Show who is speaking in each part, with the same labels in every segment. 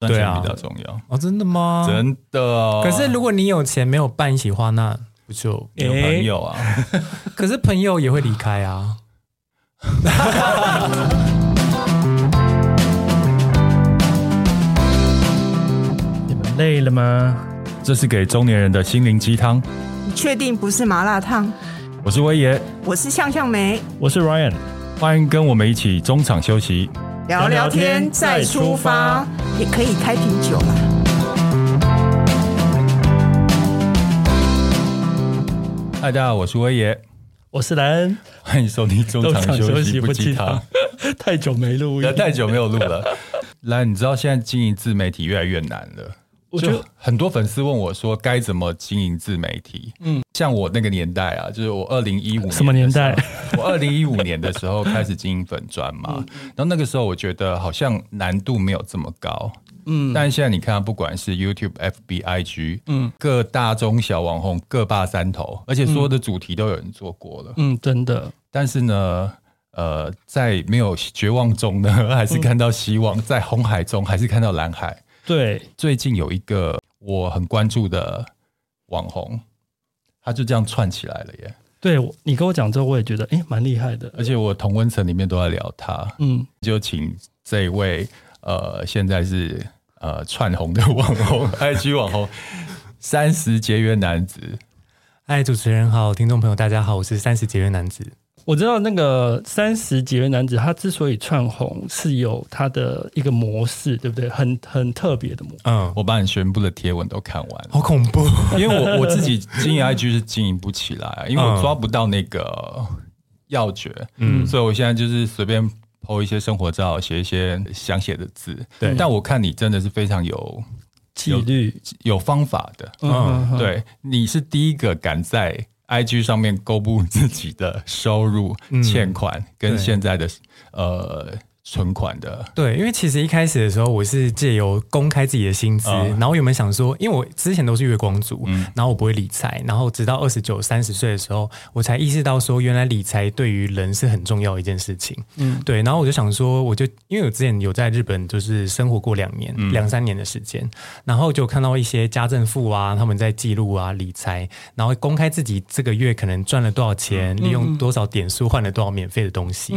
Speaker 1: 赚钱
Speaker 2: 对啊
Speaker 1: 比较重要，
Speaker 2: 哦，真的
Speaker 3: 啊
Speaker 2: 吗？
Speaker 1: 真
Speaker 3: 哦
Speaker 1: 的。
Speaker 2: 可是如果你有钱没有伴一起花，那不就？
Speaker 1: 有朋友啊，
Speaker 2: 可是朋友也会离开啊。
Speaker 4: 你们累了吗？
Speaker 3: 这是给中年人的心灵鸡汤。
Speaker 5: 确定不是麻辣烫？
Speaker 3: 我是威爷，
Speaker 5: 我是向向梅，
Speaker 4: 我是 Ryan，
Speaker 3: 欢迎跟我们一起中场休息。
Speaker 5: 聊聊天再出发，也可以开瓶酒啦。
Speaker 3: 嗨，大家好，我是威爷，
Speaker 4: 我是莱恩。
Speaker 3: 欢迎收听中
Speaker 4: 中
Speaker 3: 场
Speaker 4: 场
Speaker 3: 休
Speaker 4: 休
Speaker 3: 息
Speaker 4: 息
Speaker 3: 不
Speaker 4: 不
Speaker 3: 鸡
Speaker 4: 鸡
Speaker 3: 汤
Speaker 4: 汤。 太久没录音
Speaker 1: 人，太久没有录了。 来，你知道现在经营自媒体越来越难了。
Speaker 4: 我觉
Speaker 1: 就
Speaker 4: 得
Speaker 1: 很多粉丝问我说该怎么经营自媒体。嗯，像我那个年代啊，就是我二零一五
Speaker 4: 什么年代？
Speaker 1: 我二零一五年的时候开始经营粉砖
Speaker 4: 嗯
Speaker 1: 嘛，然后那个时候我觉得好像难度没有这么高。嗯，但现在你看，不管是 YouTube、FB、IG，嗯，各大中小网红各霸山头，而且所有的主题都有人做过了。
Speaker 4: 嗯，真的，
Speaker 1: 但是呢，呃，在没有绝望中呢， 还是看到希望；在红海中，还是看到蓝海。
Speaker 4: 对，
Speaker 1: 最近有一个我很关注的网红，他就这样串起来了耶！
Speaker 4: 对我你跟我讲之后，我也觉得哎，诶蛮厉害的。
Speaker 1: 而且我同温层里面都在聊他，
Speaker 4: 嗯，
Speaker 1: 就请这位呃，现在是呃串红的网红 ，IG 网红，三十节约男子，
Speaker 2: 嗨，主持人好，听众朋友大家好，我是三十节约男子。
Speaker 4: 我知道那个三十节约男子，他之所以串红，是有他的一个模式，对不对？很很特别的模式。
Speaker 2: 嗯，
Speaker 1: 我把你全部的贴文都看完了。
Speaker 2: 好恐怖。
Speaker 1: 因为我我自己经营 IG 是经营不起来，啊因为
Speaker 2: 嗯
Speaker 1: 我抓不到那个要诀，嗯，所以我现在就是随便 PO 一些生活照，写一些想写的字，
Speaker 2: 对
Speaker 1: 但我看你真的是非常有
Speaker 4: 纪律，
Speaker 1: 有方法的，
Speaker 2: 嗯
Speaker 4: 嗯，
Speaker 1: 对，你是第一个敢在 IG 上面公布自己的收入、欠款跟
Speaker 2: 嗯对
Speaker 1: 现在的呃存款的，
Speaker 2: 对，因为其实一开始的时候，我是借由公开自己的薪资，
Speaker 1: 嗯
Speaker 2: 然后我原本想说，因为我之前都是月光族，
Speaker 1: 嗯
Speaker 2: 然后我不会理财，然后直到二十九、三十岁的时候，我才意识到说，原来理财对于人是很重要的一件事情。
Speaker 4: 嗯
Speaker 2: 嗯，对，然后我就想说，我就因为我之前有在日本就是生活过两年、两三年的时间，然后就看到一些家政妇啊，他们在记录啊理财，然后公开自己这个月可能赚了多少钱，利用多少点数换了多少免费的东西。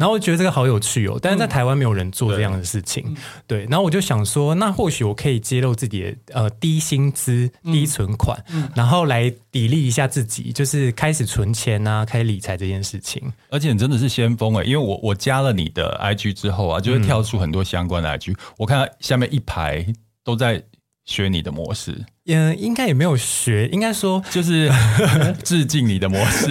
Speaker 2: 然后我觉得这个好有趣哦，但是在台湾没有人做这样的事情，对。然后我就想说，那或许我可以揭露自己的呃低薪资、低存款，然后来砥砺一下自己，就是开始存钱啊，开始理财这件事情。
Speaker 1: 而且你真的是先锋哎、因为我我加了你的 IG 之后
Speaker 2: 嗯
Speaker 1: 啊，就会跳出很多相关的 IG，、我看到下面一排都在学你的模式，
Speaker 2: 嗯，应该也没有学，应 该说，
Speaker 1: 就是 致敬你的模式。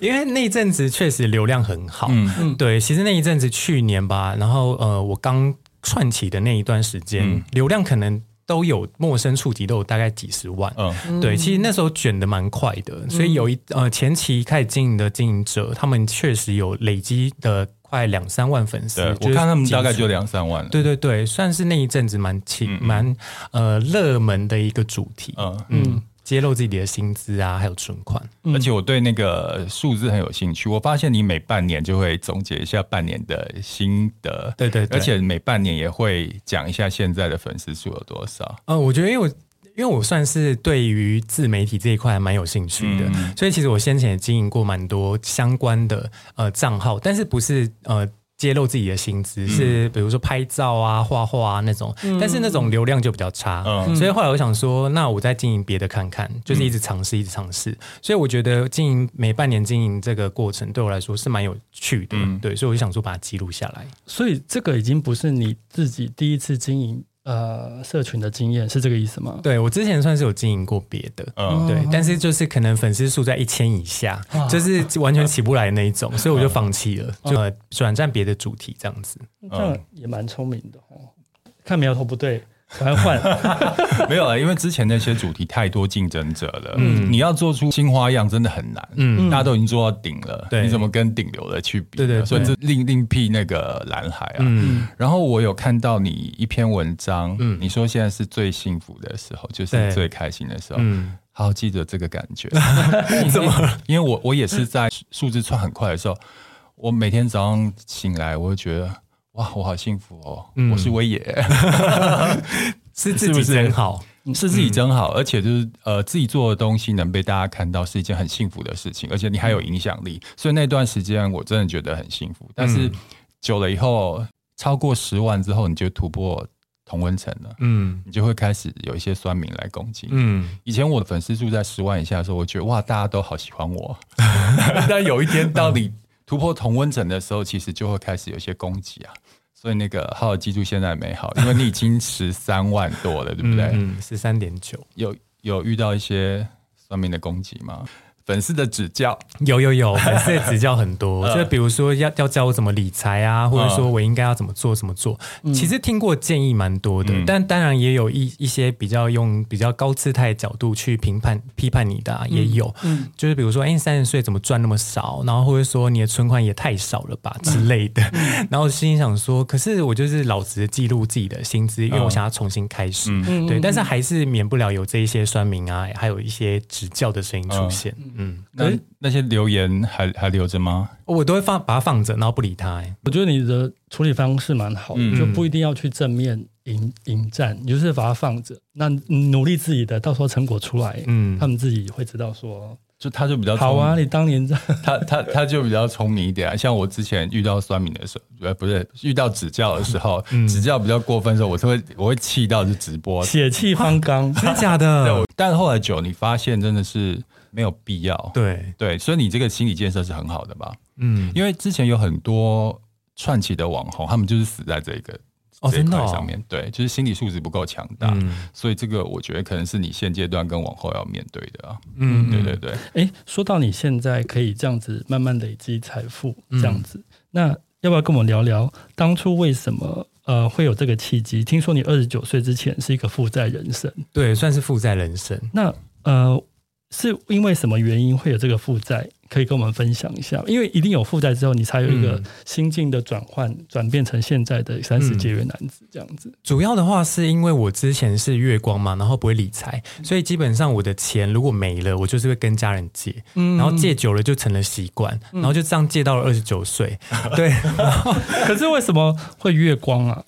Speaker 2: 因为那一阵子确实流量很好，
Speaker 1: 嗯
Speaker 2: 对，其实那一阵子去年吧，然后呃，我刚串起的那一段时间，
Speaker 1: 嗯
Speaker 2: 流量可能都有陌生触及，都有大概几十万，
Speaker 1: 嗯，
Speaker 2: 对，其实那时候卷的蛮快的，所以有一呃前期开始经营的经营者，他们确实有累积的快两三万粉丝
Speaker 1: 对，，
Speaker 2: 就
Speaker 1: 我
Speaker 2: 是
Speaker 1: 看他们大概
Speaker 2: 基础
Speaker 1: 就两三万了。
Speaker 2: 对对对，算是那一阵子蛮起蛮呃热门的一个主题，
Speaker 1: 嗯，
Speaker 2: 嗯，揭露自己的薪资啊，还有存款，
Speaker 1: 而且我对那个数字很有兴趣。我发现你每半年就会总结一下半年的新的，
Speaker 2: 对对对
Speaker 1: 而且每半年也会讲一下现在的粉丝数有多少。
Speaker 2: 呃，我觉得因为我。因为我算是对于自媒体这一块还蛮有兴趣的，
Speaker 1: 嗯
Speaker 2: 所以其实我先前也经营过蛮多相关的呃账号，但是不是呃揭露自己的薪
Speaker 1: 嗯
Speaker 2: 资，是比如说拍照啊、画画啊那种，但是那种流量就比较差。
Speaker 1: 嗯
Speaker 2: 所以后来我想说，那我再经营别的看看，就是一直尝试，一直尝试。所以我觉得经营每半年经营这个过程对我来说是蛮有趣的，
Speaker 1: 嗯
Speaker 2: 对，所以我就想说把它记录下来。
Speaker 4: 所以这个已经不是你自己第一次经营呃社群的经验，是这个意思吗？
Speaker 2: 对我之前算是有经营过别的，
Speaker 1: 嗯，
Speaker 2: 对，但是就是可能粉丝数在一千以下，就是完全起不来那一种，所以
Speaker 1: 嗯
Speaker 2: 我就放弃了，就呃转战别的主题这样子。
Speaker 4: 这样也蛮聪明的哦。看苗头不对，赶快 换。
Speaker 1: 没有啊，因为之前那些主题太多竞争者了，你要做出新花样真的很难。
Speaker 2: 嗯
Speaker 1: 大家都已经做到顶了，
Speaker 2: 对
Speaker 1: 你怎么跟顶流的去比呢？
Speaker 2: 对对对
Speaker 1: 所以这另另辟那个蓝海啊。
Speaker 2: 嗯，
Speaker 1: 然后我有看到你一篇文章，
Speaker 2: 嗯
Speaker 1: 你说现在是最幸福的时候，就是
Speaker 2: 对
Speaker 1: 你最开心的时候。
Speaker 2: 嗯
Speaker 1: 好，记得这个感 觉。怎么？因为我我也是在数字窜很快的时候，我每天早上醒来，我就觉得哇，我好幸福哦，
Speaker 2: 嗯
Speaker 1: 我是威爷，
Speaker 2: 是自己真好，
Speaker 1: 是自
Speaker 2: 嗯
Speaker 1: 己真好，而且就是呃自己做的东西能被大家看到是一件很幸福的事情，而且你还有影响力，
Speaker 2: 嗯
Speaker 1: 所以那段时间我真的觉得很幸福。但是久了以后，超过十万之后，你就突破同温层了，
Speaker 2: 嗯
Speaker 1: 你就会开始有一些酸民来攻击你。
Speaker 2: 嗯，
Speaker 1: 以前我的粉丝数在十万以下的时候，我觉得哇，大家都好喜欢我。但有一天，当你突破同温层的时候，其实就会开始有一些攻击啊。所以那个好好记住现在的美好，因为你已经十三万多了，对不对？
Speaker 2: 嗯，十三点九，
Speaker 1: 有有遇到一些酸民的攻击吗？粉丝的指教，
Speaker 2: 有有有，粉丝的指教很多，就比如说要要教我怎么理财啊，或者说我应该要怎么做怎么做，其实听过建议蛮多的，但当然也有一一些比较用比较高姿态的角度去评判批判你的、啊、也有，就是比如说，哎、你三十岁怎么赚那么少？然后或者说你的存款也太少了吧之类的，然后心里想说，可是我就是老实记录自己的薪资，因为我想要重新开始，对，但是还是免不了有这一些酸民啊，还有一些指教的声音出现，嗯。
Speaker 1: 那那些留言还还留着吗？
Speaker 2: 哦我都会放把它放着，然后不理它、欸。
Speaker 4: 我觉得你的处理方式蛮好的，
Speaker 1: 嗯
Speaker 4: 就不一定要去正面迎迎战，你就是把它放着，那努力自己的，到时候成果出来，
Speaker 2: 嗯
Speaker 4: 他，们自己会知道说，
Speaker 1: 就他就比较
Speaker 4: 好
Speaker 1: 聪
Speaker 4: 啊，
Speaker 1: 明
Speaker 4: 你当年在。
Speaker 1: 他他他就比较聪明一点、啊，像我之前遇到酸民的时候，呃，不是遇到指教的时候，指教比较过分的时候，我是会我会气到就直播
Speaker 4: 血气方 刚，
Speaker 2: 真的假
Speaker 4: 啊
Speaker 1: 对，
Speaker 2: 的
Speaker 1: 我？但后来久，你发现真的是没有必要。
Speaker 2: 对，
Speaker 1: 对，所以你这个心理建设是很好的吧？
Speaker 2: 嗯，
Speaker 1: 因为之前有很多串起的网红，他们就是死在这个
Speaker 2: 哦，
Speaker 1: 这一
Speaker 2: 真的
Speaker 1: 块
Speaker 2: 哦
Speaker 1: 上，面，对，就是心理素质不够强大。
Speaker 2: 嗯
Speaker 1: 所以这个我觉得可能是你现阶段跟往后要面对的啊，
Speaker 2: 嗯，
Speaker 1: 对对对，
Speaker 4: 哎，说到你现在可以这样子慢慢累积财富，这样子，那要不要跟我们聊聊当初为什么呃会有这个契机？听说你二十九岁之前是一个负债人生，
Speaker 2: 对，算是负债人生。
Speaker 4: 那呃是因为什么原因会有这个负债？可以跟我们分享一下，因为一定有负债之后，你才有一个
Speaker 2: 嗯
Speaker 4: 心境的转换，转变成现在的三十节约男子这样子。
Speaker 2: 主要的话是因为我之前是月光嘛，然后不会理财，所以基本上我的钱如果没了，我就是会跟家人借，然后借久了就成了习惯，然后就这样借到了二十九 岁。对，
Speaker 4: 可是为什么会月光啊？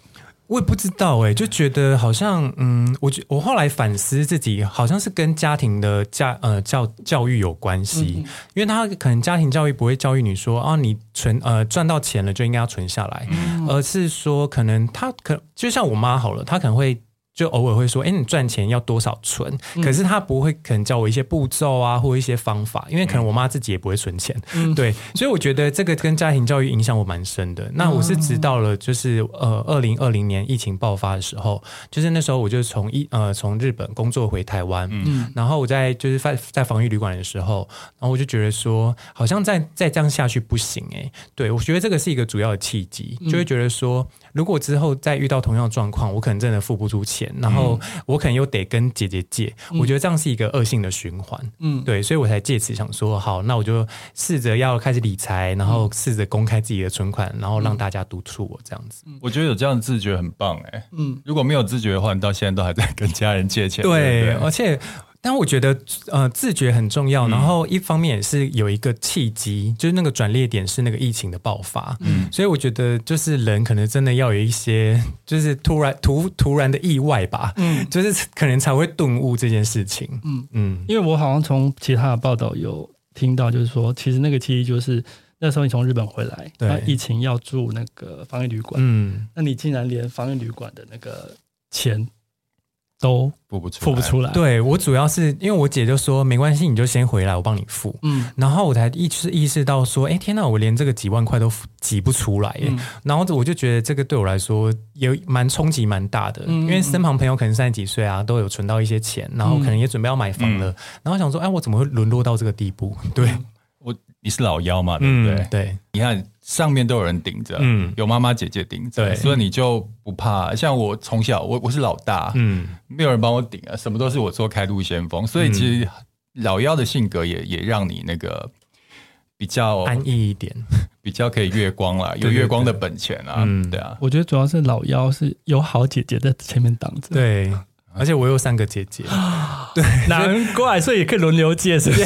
Speaker 2: 我也不知道哎、就觉得好像嗯，我觉我后来反思自己，好像是跟家庭的家呃教教育有关系，因为他可能家庭教育不会教育你说啊，你存呃赚到钱了就应该要存下来，而是说可能他可就像我妈好了，她可能会。就偶尔会说，哎、你赚钱要多少存？可是她不会可能教我一些步骤啊，或一些方法，因为可能我妈自己也不会存钱， 对，所以我觉得这个跟家庭教育影响我蛮深的。那我是直到了就是呃，二零二零年疫情爆发的时候，就是那时候我就从一呃从日本工作回台湾，嗯，然后我在就是在在防疫旅馆的时候，然后我就觉得说，好像再再这样下去不行哎、对我觉得这个是一个主要的契机，就会觉得说，如果之后再遇到同样的状况，我可能真的付不出钱，然后我可能又得跟姐姐借，我觉得这样是一个恶性的循环，
Speaker 4: 嗯，
Speaker 2: 对，所以我才借此想说，好，那我就试着要开始理财，然后试着公开自己的存款，然后让大家督促我这样子。
Speaker 1: 我觉得有这样的自觉很棒哎、
Speaker 4: 嗯
Speaker 1: 嗯，如果没有自觉的话，你到现在都还在跟家人借钱，对
Speaker 2: 对，
Speaker 1: 不对，
Speaker 2: 而且。但我觉得，呃，自觉很重要。然后一方面也是有一个契机，就是那个转捩点是那个疫情的爆发。嗯，所以我觉得，就是人可能真的要有一些，就是突然突突然的意外吧。嗯，就是可能才会顿悟这件事情。嗯嗯，
Speaker 4: 因为我好像从其他的报道有听到，就是说，其实那个契机就是那时候你从日本回来，
Speaker 2: 对
Speaker 4: 那疫情要住那个防疫旅馆，
Speaker 2: 嗯，
Speaker 4: 那你竟然连防疫旅馆的那个钱都
Speaker 1: 付不出，
Speaker 4: 付不，出来，，
Speaker 2: 对我主要是因为我姐就说没关系，你就先回来，我帮你付。
Speaker 4: 嗯，
Speaker 2: 然后我才意识意识到说，哎，天呐，我连这个几万块都挤不出来耶！
Speaker 4: 嗯
Speaker 2: 然后我就觉得这个对我来说也蛮冲击蛮大的，
Speaker 4: 嗯
Speaker 2: 因为身旁朋友可能三十几岁啊，都有存到一些钱，然后可能也准备要买房
Speaker 4: 嗯
Speaker 2: 了，然后想说，哎，我怎么会沦落到这个地步？对，
Speaker 1: 你是老幺嘛，对不嗯对？
Speaker 2: 对，
Speaker 1: 你看上面都有人顶着，
Speaker 2: 嗯
Speaker 1: 有妈妈姐姐顶着，
Speaker 2: 对
Speaker 1: 所以你就不怕。像我从小，我我是老大，
Speaker 2: 嗯，
Speaker 1: 没有人帮我顶啊，什么都是我做开路先锋，所以其实老幺的性格也也让你那个比较
Speaker 2: 安逸一点，
Speaker 1: 比较可以月光啦，有
Speaker 2: 对对
Speaker 1: 月光的本钱啊，
Speaker 2: 嗯
Speaker 1: 对啊，
Speaker 4: 我觉得主要是老幺是有好姐姐在前面挡着，
Speaker 2: 对。而且我有三个姐姐，
Speaker 4: 难怪，所以也可以轮流借，是不是？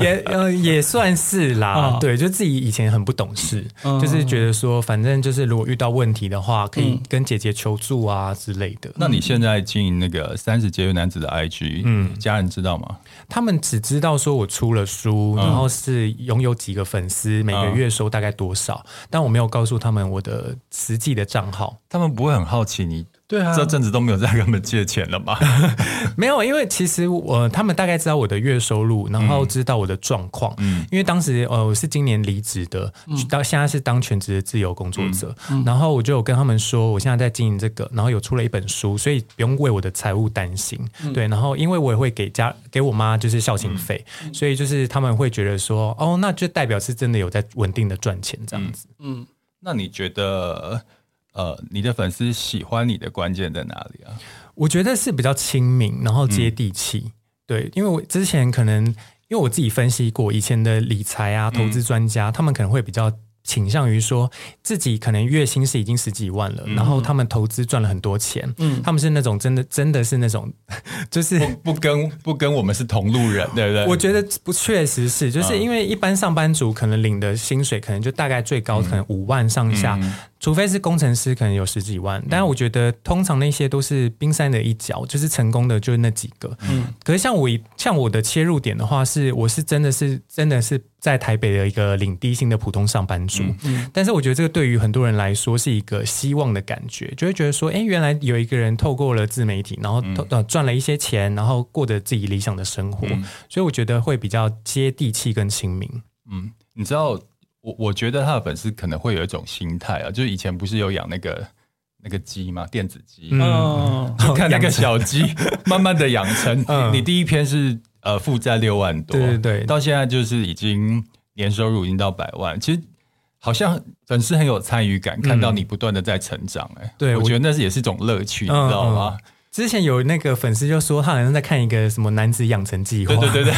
Speaker 2: 也呃也算是啦
Speaker 4: 哦，
Speaker 2: 对，就自己以前很不懂事，就是觉得说，反正就是如果遇到问题的话，可以跟姐姐求助啊之类的。
Speaker 1: 那你现在经营那个三十节约男子的 IG，嗯，家人知道吗？
Speaker 2: 他们只知道说我出了书，然后是拥有几个粉丝，每个月收大概多少，但我没有告诉他们我的实际的账号。
Speaker 1: 他们不会很好奇你
Speaker 4: 对啊
Speaker 1: 这阵子都没有在跟他们借钱了吧？
Speaker 2: 没有，因为其实我、呃他们大概知道我的月收入，然后知道我的状况。因为当时呃我是今年离职的，到现在是当全职的自由工作者，然后我就有跟他们说我现在在经营这个，然后有出了一本书，所以不用为我的财务担心。对，然后因为我也会给家给我妈就是孝心费，所以就是他们会觉得说哦，那就代表是真的有在稳定的赚钱这样子。
Speaker 1: 那你觉得，呃，你的粉丝喜欢你的关键在哪里啊？
Speaker 2: 我觉得是比较亲民，然后接地气。对，因为我之前可能因为我自己分析过，以前的理财啊、投资专家，他们可能会比较。倾向于说自己可能月薪是已经十几万了，然后他们投资赚了很多钱，嗯，他们是那种真的真的是那种， 就是
Speaker 1: 不跟不跟我们是同路人，对不对？
Speaker 2: 我觉得不确实是，就是因为一般上班族可能领的薪水可能就大概最高可能五万上下，
Speaker 1: 嗯
Speaker 2: 除非是工程师可能有十几万，但我觉得通常那些都是冰山的一角，就是成功的就是那几个。嗯，可是像我以像我的切入点的话是，我是真的是真的是在台北的一个领低薪的普通上班族，但是我觉得这个对于很多人来说是一个希望的感觉，就会觉得说，哎，原来有一个人透过了自媒体，然后透呃赚了一些钱，然后过着自己理想的生活，所以我觉得会比较接地气跟亲民。
Speaker 1: 嗯，你知道，我我觉得他的粉丝可能会有一种心态啊，就是以前不是有养那个那个鸡吗？电子鸡，
Speaker 2: 哦
Speaker 4: 嗯，
Speaker 1: 就看那个小 鸡慢慢的养成。
Speaker 2: 嗯
Speaker 1: 你第一篇是呃负债六万多，
Speaker 2: 对对对
Speaker 1: 到现在就是已经年收入已经到百万，其实。好像粉丝很有参与感，看到你不断的在成长、哎、
Speaker 2: 嗯对
Speaker 1: 我
Speaker 2: 我嗯
Speaker 1: 觉得那是也是一种乐趣，你知道吗？
Speaker 2: 之前有那个粉丝就说，他好像在看一个什么男子养成计划，
Speaker 1: 对对对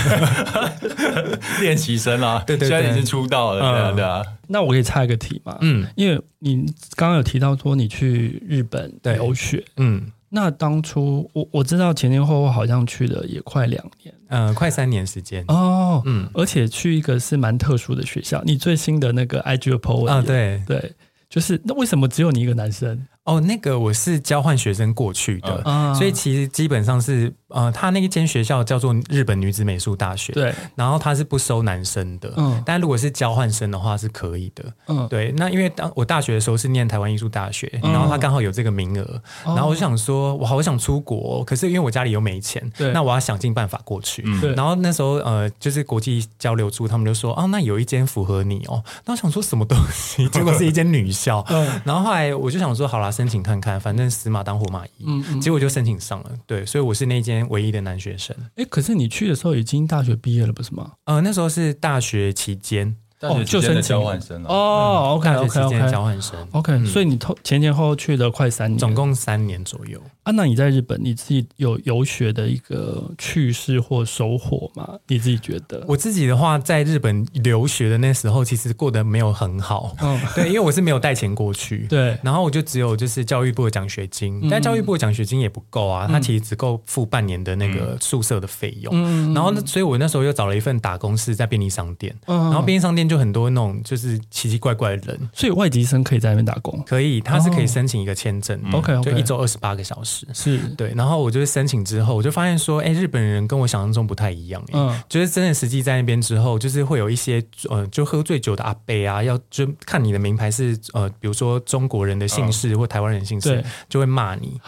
Speaker 1: 对， 练习生啊，
Speaker 2: 对对对
Speaker 1: 现在已经出道了，对啊
Speaker 2: 嗯
Speaker 1: 对啊，
Speaker 4: 那我可以插一个题嘛？
Speaker 2: 嗯
Speaker 4: 因为你刚刚有提到说你去日本
Speaker 2: 对
Speaker 4: 留学，
Speaker 2: 嗯
Speaker 4: 那当初我我知道前前后后好像去了也快两年
Speaker 2: 呃，快三年时间。
Speaker 4: 哦，
Speaker 2: 嗯
Speaker 4: 而且去一个是蛮特殊的学校。你最新的那个 IG 的 po 文
Speaker 2: 啊，
Speaker 4: 也
Speaker 2: 对
Speaker 4: 对，就是那为什么只有你一个男生
Speaker 2: 哦，那个我是交换学生过去
Speaker 1: 嗯
Speaker 2: 的，
Speaker 4: 啊
Speaker 2: 所以其实基本上是呃，他那一间学校叫做日本女子美术大学，
Speaker 4: 对，
Speaker 2: 然后他是不收男生的，
Speaker 4: 嗯
Speaker 2: 但如果是交换生的话是可以的。
Speaker 4: 嗯，
Speaker 2: 对，那因为当我大学的时候是念台湾艺术大学，然
Speaker 4: 嗯
Speaker 2: 后他刚好有这个名额，
Speaker 4: 哦
Speaker 2: 然后我就想说，我好想出国哦、可是因为我家里又没钱，
Speaker 4: 对
Speaker 2: 那我要想尽办法过去。
Speaker 4: 对
Speaker 2: 然后那时候呃，就是国际交流处，他们就说，哦，那有一间符合你哦。那我想说什么东西， 结果是一间女 校。
Speaker 4: 嗯
Speaker 2: 然后后来我就想说，好啦，申请看看，反正死马当活马医。
Speaker 4: 嗯嗯，
Speaker 2: 结果就申请上了，对，所以我是那间唯一的男学生。
Speaker 4: 哎，可是你去的时候已经大学毕业了，不是吗？
Speaker 2: 呃，那时候是大学期间，
Speaker 1: 大学
Speaker 4: 就
Speaker 1: 期间的
Speaker 4: 申请
Speaker 1: 交换生哦，
Speaker 4: 哦，OK
Speaker 2: 大学
Speaker 4: OK
Speaker 2: 期间的交
Speaker 4: OK
Speaker 2: 换生，
Speaker 4: OK，所以你偷前前后后去了快三年，
Speaker 2: 嗯总共三年左右。
Speaker 4: 啊，那你在日本你自己有游学的一个趣事或收获吗？你自己觉得？
Speaker 2: 我自己的话，在日本留学的那时候，其实过得没有很好，
Speaker 4: 嗯，
Speaker 2: 对，因为我是没有带钱过去，
Speaker 4: 对，
Speaker 2: 然后我就只有就是教育部的奖学金，但教育部的奖学金也不够
Speaker 4: 嗯
Speaker 2: 啊，它其实只够付半年的那个宿舍的费用。
Speaker 4: 嗯
Speaker 2: 然后那所以我那时候又找了一份打工是在便利商店，
Speaker 4: 嗯
Speaker 2: 然后便利商店就很多那种就是奇奇怪怪的人。
Speaker 4: 所以外籍生可以在那边打工，
Speaker 2: 可以，他是可以申请一个签证的、
Speaker 4: 哦 OK，OK
Speaker 2: 就一周二十八个小时。
Speaker 4: 是，
Speaker 2: 对，然后我就是申请之后，我就发现说，哎，日本人跟我想象中不太一样，嗯，
Speaker 4: 嗯
Speaker 2: 就是真的实际在那边之后，就是会有一些呃，就喝醉酒的阿伯啊，要就看你的名牌是呃，比如说中国人的姓氏或台湾人姓氏
Speaker 4: 对，
Speaker 2: 就会骂你，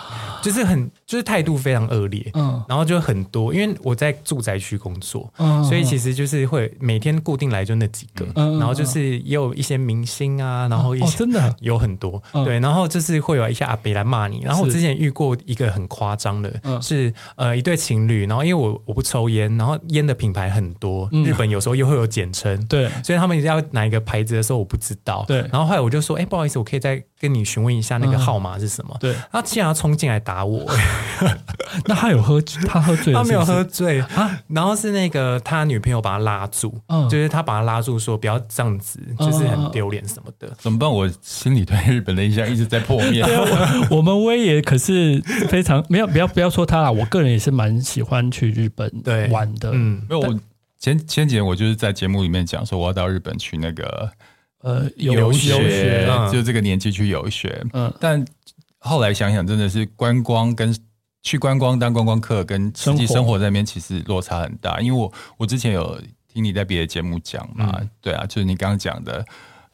Speaker 2: 就是很就是态度非常恶劣，
Speaker 4: 嗯
Speaker 2: 然后就很多，因为我在住宅区工作，
Speaker 4: 嗯，
Speaker 2: 所以其实就是会每天固定来就那几个，
Speaker 4: 嗯嗯
Speaker 2: 然后就是也有一些明星啊，然后一
Speaker 4: 哦
Speaker 2: 些、
Speaker 4: 真的
Speaker 2: 有很多、
Speaker 4: 嗯
Speaker 2: 对，然后就是会有一些阿伯来骂你。然后我
Speaker 4: 是
Speaker 2: 之前遇过一个很夸张的，
Speaker 4: 嗯
Speaker 2: 是呃一对情侣，然后因为我我不抽烟，然后烟的品牌很多，
Speaker 4: 嗯
Speaker 2: 日本有时候又会有简称，
Speaker 4: 对，
Speaker 2: 所以他们要哪一个牌子的时候我不知道，
Speaker 4: 对嗯
Speaker 2: 然后后来我就说，哎、不好意思，我可以再跟你询问一下那个号码是什么？
Speaker 4: 对
Speaker 2: 他竟然冲进来打我，欸
Speaker 4: 那他有喝他喝醉了
Speaker 2: 他没有
Speaker 4: 是不是
Speaker 2: 喝醉啊，然后是那个他女朋友把他拉住，
Speaker 4: 嗯
Speaker 2: 就是他把他拉住说不要这样子，就是很丢脸什么
Speaker 4: 嗯
Speaker 2: 的。
Speaker 1: 怎么办？我心里对日本的印象一直在破灭。
Speaker 2: 啊
Speaker 4: 我们威爷可是非常没有，不要不要说他啦，我个人也是蛮喜欢去日本
Speaker 2: 对
Speaker 4: 玩的。
Speaker 2: 嗯，
Speaker 1: 没有，我前前几年我就是在节目里面讲说，我要到日本去那个
Speaker 4: 呃，游
Speaker 2: 游
Speaker 4: 学，
Speaker 2: 游学嗯
Speaker 1: 就这个年纪去游学。
Speaker 4: 嗯，
Speaker 1: 但后来想想，真的是观光跟去观光当观光客跟实际
Speaker 4: 生活
Speaker 1: 生活在那边其实落差很大。因为我我之前有听你在别的节目讲嘛，
Speaker 4: 嗯
Speaker 1: 对啊，就是你刚刚讲的，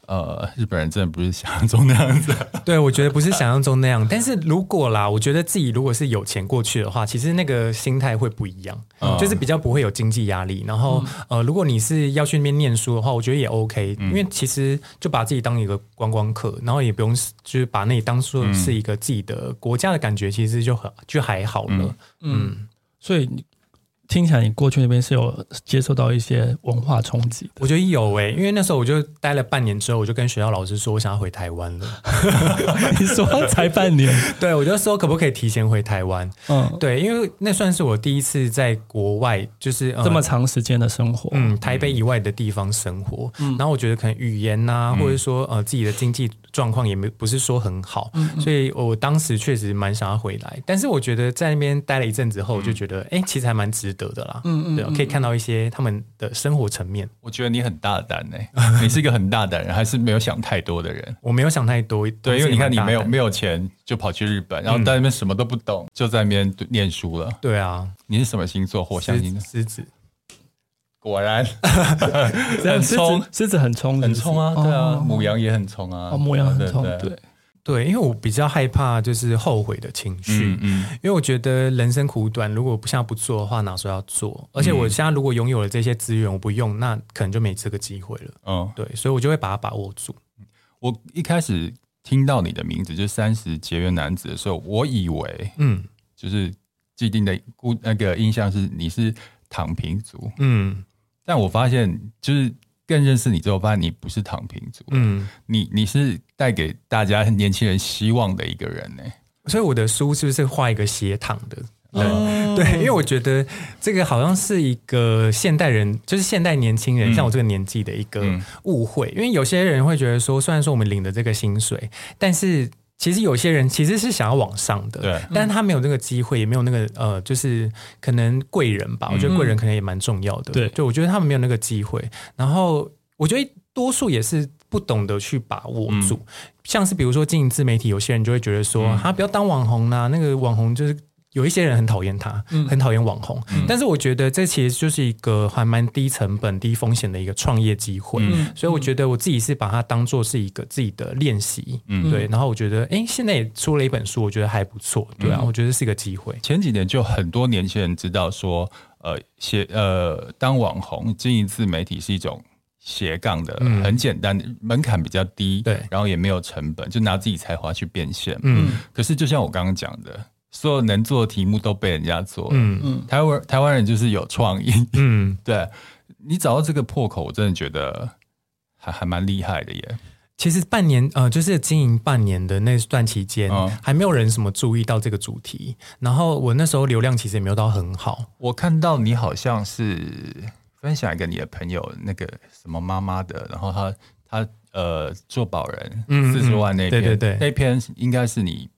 Speaker 1: 呃，日本人真的不是想象中那样 子。
Speaker 2: 对，我觉得不是想象中那样。 但是如果啦，我觉得自己如果是有钱过去的话，其实那个心态会不一样，
Speaker 1: 嗯
Speaker 2: 就是比较不会有经济压力。然后、
Speaker 4: 嗯
Speaker 2: 呃，如果你是要去那边念书的话，我觉得也 OK，、因
Speaker 1: 嗯
Speaker 2: 为其实就把自己当一个观光客，然后也不用就是把那里当
Speaker 1: 嗯
Speaker 2: 做是一个自己的国家的感觉，其实就很就还好了。
Speaker 1: 嗯
Speaker 2: 嗯
Speaker 4: 所以你听起来你过去那边是有接受到一些文化冲 击的。
Speaker 2: 我觉得有诶、因为那时候我就待了半年之后，我就跟学校老师说我想要回台湾 了。
Speaker 4: 你说才半年，
Speaker 2: 对，我就说可不可以提前回台湾？
Speaker 4: 嗯，
Speaker 2: 对，因为那算是我第一次在国外，就是、呃
Speaker 4: 这么长时间的生活，
Speaker 2: 嗯，台北以外的地方生活，
Speaker 1: 嗯
Speaker 2: 然后我觉得可能语言呐、或者说呃自己的经济状况也没不是说很好，
Speaker 1: 嗯
Speaker 2: 所以我当时确实蛮想要回来，但是我觉得在那边待了一阵子后，我
Speaker 1: 嗯
Speaker 2: 就觉得哎、诶其实还蛮值得的啦，嗯嗯，对，可以看到一些他们的生活层面，
Speaker 1: 我觉得你很大胆呢、你是一个很大胆人，还是没有想太多的人。
Speaker 2: 我没有想太多，
Speaker 1: 对，因为你看你没有没
Speaker 2: 有，
Speaker 1: 有钱就跑去日本，然
Speaker 4: 嗯
Speaker 1: 后在那边什么都不懂，就在那边念书了。
Speaker 2: 对啊，
Speaker 1: 你是什么星座？火象星座，
Speaker 2: 狮狮子，
Speaker 1: 果然
Speaker 4: 这样
Speaker 1: 很
Speaker 4: 狮子
Speaker 1: 冲，
Speaker 4: 狮子很冲，
Speaker 1: 很冲啊，
Speaker 4: 是不是
Speaker 1: 对啊，
Speaker 4: 哦
Speaker 1: 母羊也很冲啊，
Speaker 4: 哦，母羊很冲，
Speaker 1: 对，
Speaker 4: 对，
Speaker 2: 对，因为我比较害怕就是后悔的情绪，
Speaker 1: 嗯嗯，
Speaker 2: 因为我觉得人生苦短，如果不现在不做的话，哪时候要做？而且我现在如果拥有了这些资源，我不用，那可能就没这个机会了。
Speaker 1: 嗯，
Speaker 2: 对，所以我就会把它把握住。
Speaker 1: 我一开始听到你的名字就三十节约男子的时候，我以为
Speaker 2: 嗯
Speaker 1: 就是既定的固那个印象是你是躺平族，
Speaker 2: 嗯
Speaker 1: 但我发现就是更认识你之后，发现你不是躺平族，
Speaker 2: 嗯，
Speaker 1: 你你是带给大家年轻人希望的一个人呢、
Speaker 2: 所以我的书是不是画一个斜躺的？对、
Speaker 4: 哦
Speaker 2: 对，因为我觉得这个好像是一个现代人，就是现代年轻人，像我这个年纪的一个
Speaker 1: 嗯
Speaker 2: 误会。因为有些人会觉得说，虽然说我们领的这个薪水，但是其实有些人其实是想要往上的，
Speaker 1: 对，
Speaker 2: 但是他没有那个机会，也没有那个呃，就是可能贵人吧。我觉得贵人可能也蛮重要的，
Speaker 4: 对
Speaker 2: 就我觉得他们没有那个机会。然后我觉得多数也是不懂得去把握住，像是比如说经营自媒体，有些人就会觉得说，他、不要当网红啦、那个网红就是。有一些人很讨厌他，很讨厌网红，但是我觉得这其实就是一个还蛮低成本、低风险的一个创业机会，
Speaker 1: 嗯
Speaker 2: 所以我觉得我自己是把它当做是一个自己的练习，
Speaker 1: 嗯
Speaker 2: 对。然后我觉得，哎，现在也出了一本书，我觉得还不错，对啊，我觉得是一个机会，
Speaker 1: 前几年就很多年轻人知道说，呃，斜呃，当网红经营自媒体是一种斜杠的，
Speaker 2: 嗯
Speaker 1: 很简单，门槛比较低，
Speaker 2: 对
Speaker 1: 然后也没有成本，就拿自己才华去变现。
Speaker 2: 嗯
Speaker 1: 可是就像我刚刚讲的，所有能做的题目都被人家做了，
Speaker 2: 嗯
Speaker 4: 嗯
Speaker 1: 台湾台湾人就是有创意，
Speaker 2: 嗯。
Speaker 1: 对你找到这个破口，我真的觉得还还蛮厉害的耶。
Speaker 2: 其实半年呃，就是经营半年的那段期间，
Speaker 1: 嗯
Speaker 2: 还没有人什么注意到这个主题。然后我那时候流量其实也没有到很好，
Speaker 1: 我看到你好像是分享一个你的朋友那个什么妈妈的，然后她她呃做保人
Speaker 2: 嗯
Speaker 1: 四十万那篇，
Speaker 2: 对对对
Speaker 1: 那篇应该是你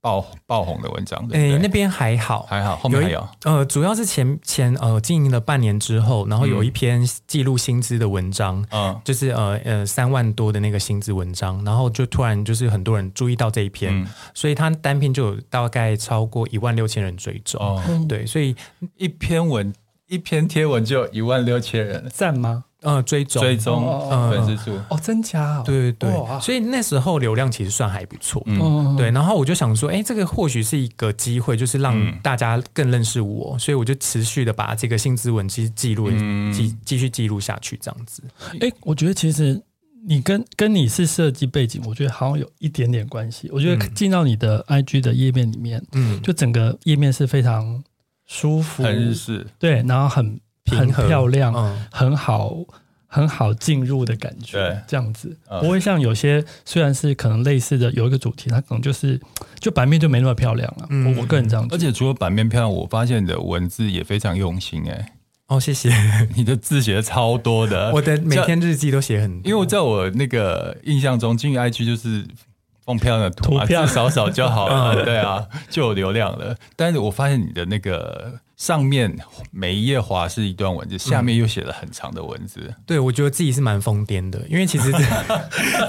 Speaker 1: 爆爆红的文章，对
Speaker 2: 诶，
Speaker 1: 不
Speaker 2: 那
Speaker 1: 对？
Speaker 2: 边还好，
Speaker 1: 还好，后面
Speaker 2: 一
Speaker 1: 还有，
Speaker 2: 呃，主要是前前呃经营了半年之后，然后有一篇记录薪资的文章，
Speaker 1: 嗯
Speaker 2: 就是呃呃三万多的那个薪资文章，然后就突然就是很多人注意到这一篇，
Speaker 1: 嗯
Speaker 2: 所以他单篇就有大概超过一万六千人追踪。
Speaker 1: 哦，
Speaker 2: 对，所以
Speaker 1: 一篇文一篇贴文就一万六千人
Speaker 4: 赞吗？
Speaker 2: 呃，追踪，
Speaker 1: 追踪
Speaker 4: 哦
Speaker 2: 哦
Speaker 1: 粉丝数，
Speaker 4: 哦，真假哦？
Speaker 2: 对对
Speaker 4: 哇
Speaker 2: 对，所以那时候流量其实算还不错，
Speaker 1: 嗯
Speaker 4: 哦，
Speaker 2: 对。然后我就想说，哎，这个或许是一个机会，就是让
Speaker 1: 嗯
Speaker 2: 大家更认识我，所以我就持续的把这个薪资文记记录
Speaker 1: 嗯
Speaker 2: 继继续记录下去，这样子。
Speaker 4: 哎，我觉得其实你跟跟你是设计背景，我觉得好像有一点点关系。我觉得
Speaker 2: 嗯
Speaker 4: 进到你的 IG 的页面里面，
Speaker 2: 嗯，
Speaker 4: 就整个页面是非常舒服，
Speaker 1: 很日式，
Speaker 4: 对，然后很很
Speaker 2: 平和
Speaker 4: 漂亮，
Speaker 2: 嗯
Speaker 4: 很好。很好进入的感觉
Speaker 1: 对，
Speaker 4: 这样子
Speaker 1: 嗯
Speaker 4: 不会像有些虽然是可能类似的有一个主题，它可能就是就版面就没那么漂亮了。
Speaker 2: 嗯
Speaker 4: 我我个人这样觉得，
Speaker 1: 而且除了版面漂亮，我发现你的文字也非常用心哎、
Speaker 2: 哦，谢谢。
Speaker 1: 你的字写的超多的，
Speaker 2: 我的每
Speaker 1: 这
Speaker 2: 天日记都写很多，
Speaker 1: 因为我在我那个印象中，进 IG 就是放漂亮的图嘛，
Speaker 4: 图片嗯
Speaker 1: 字少少就好 了，对啊，就有流量了。但是我发现你的那个上面每一页划是一段文字，下面又写了很长的文字，
Speaker 2: 对，我觉得自己是蛮疯癫的，因为其实 之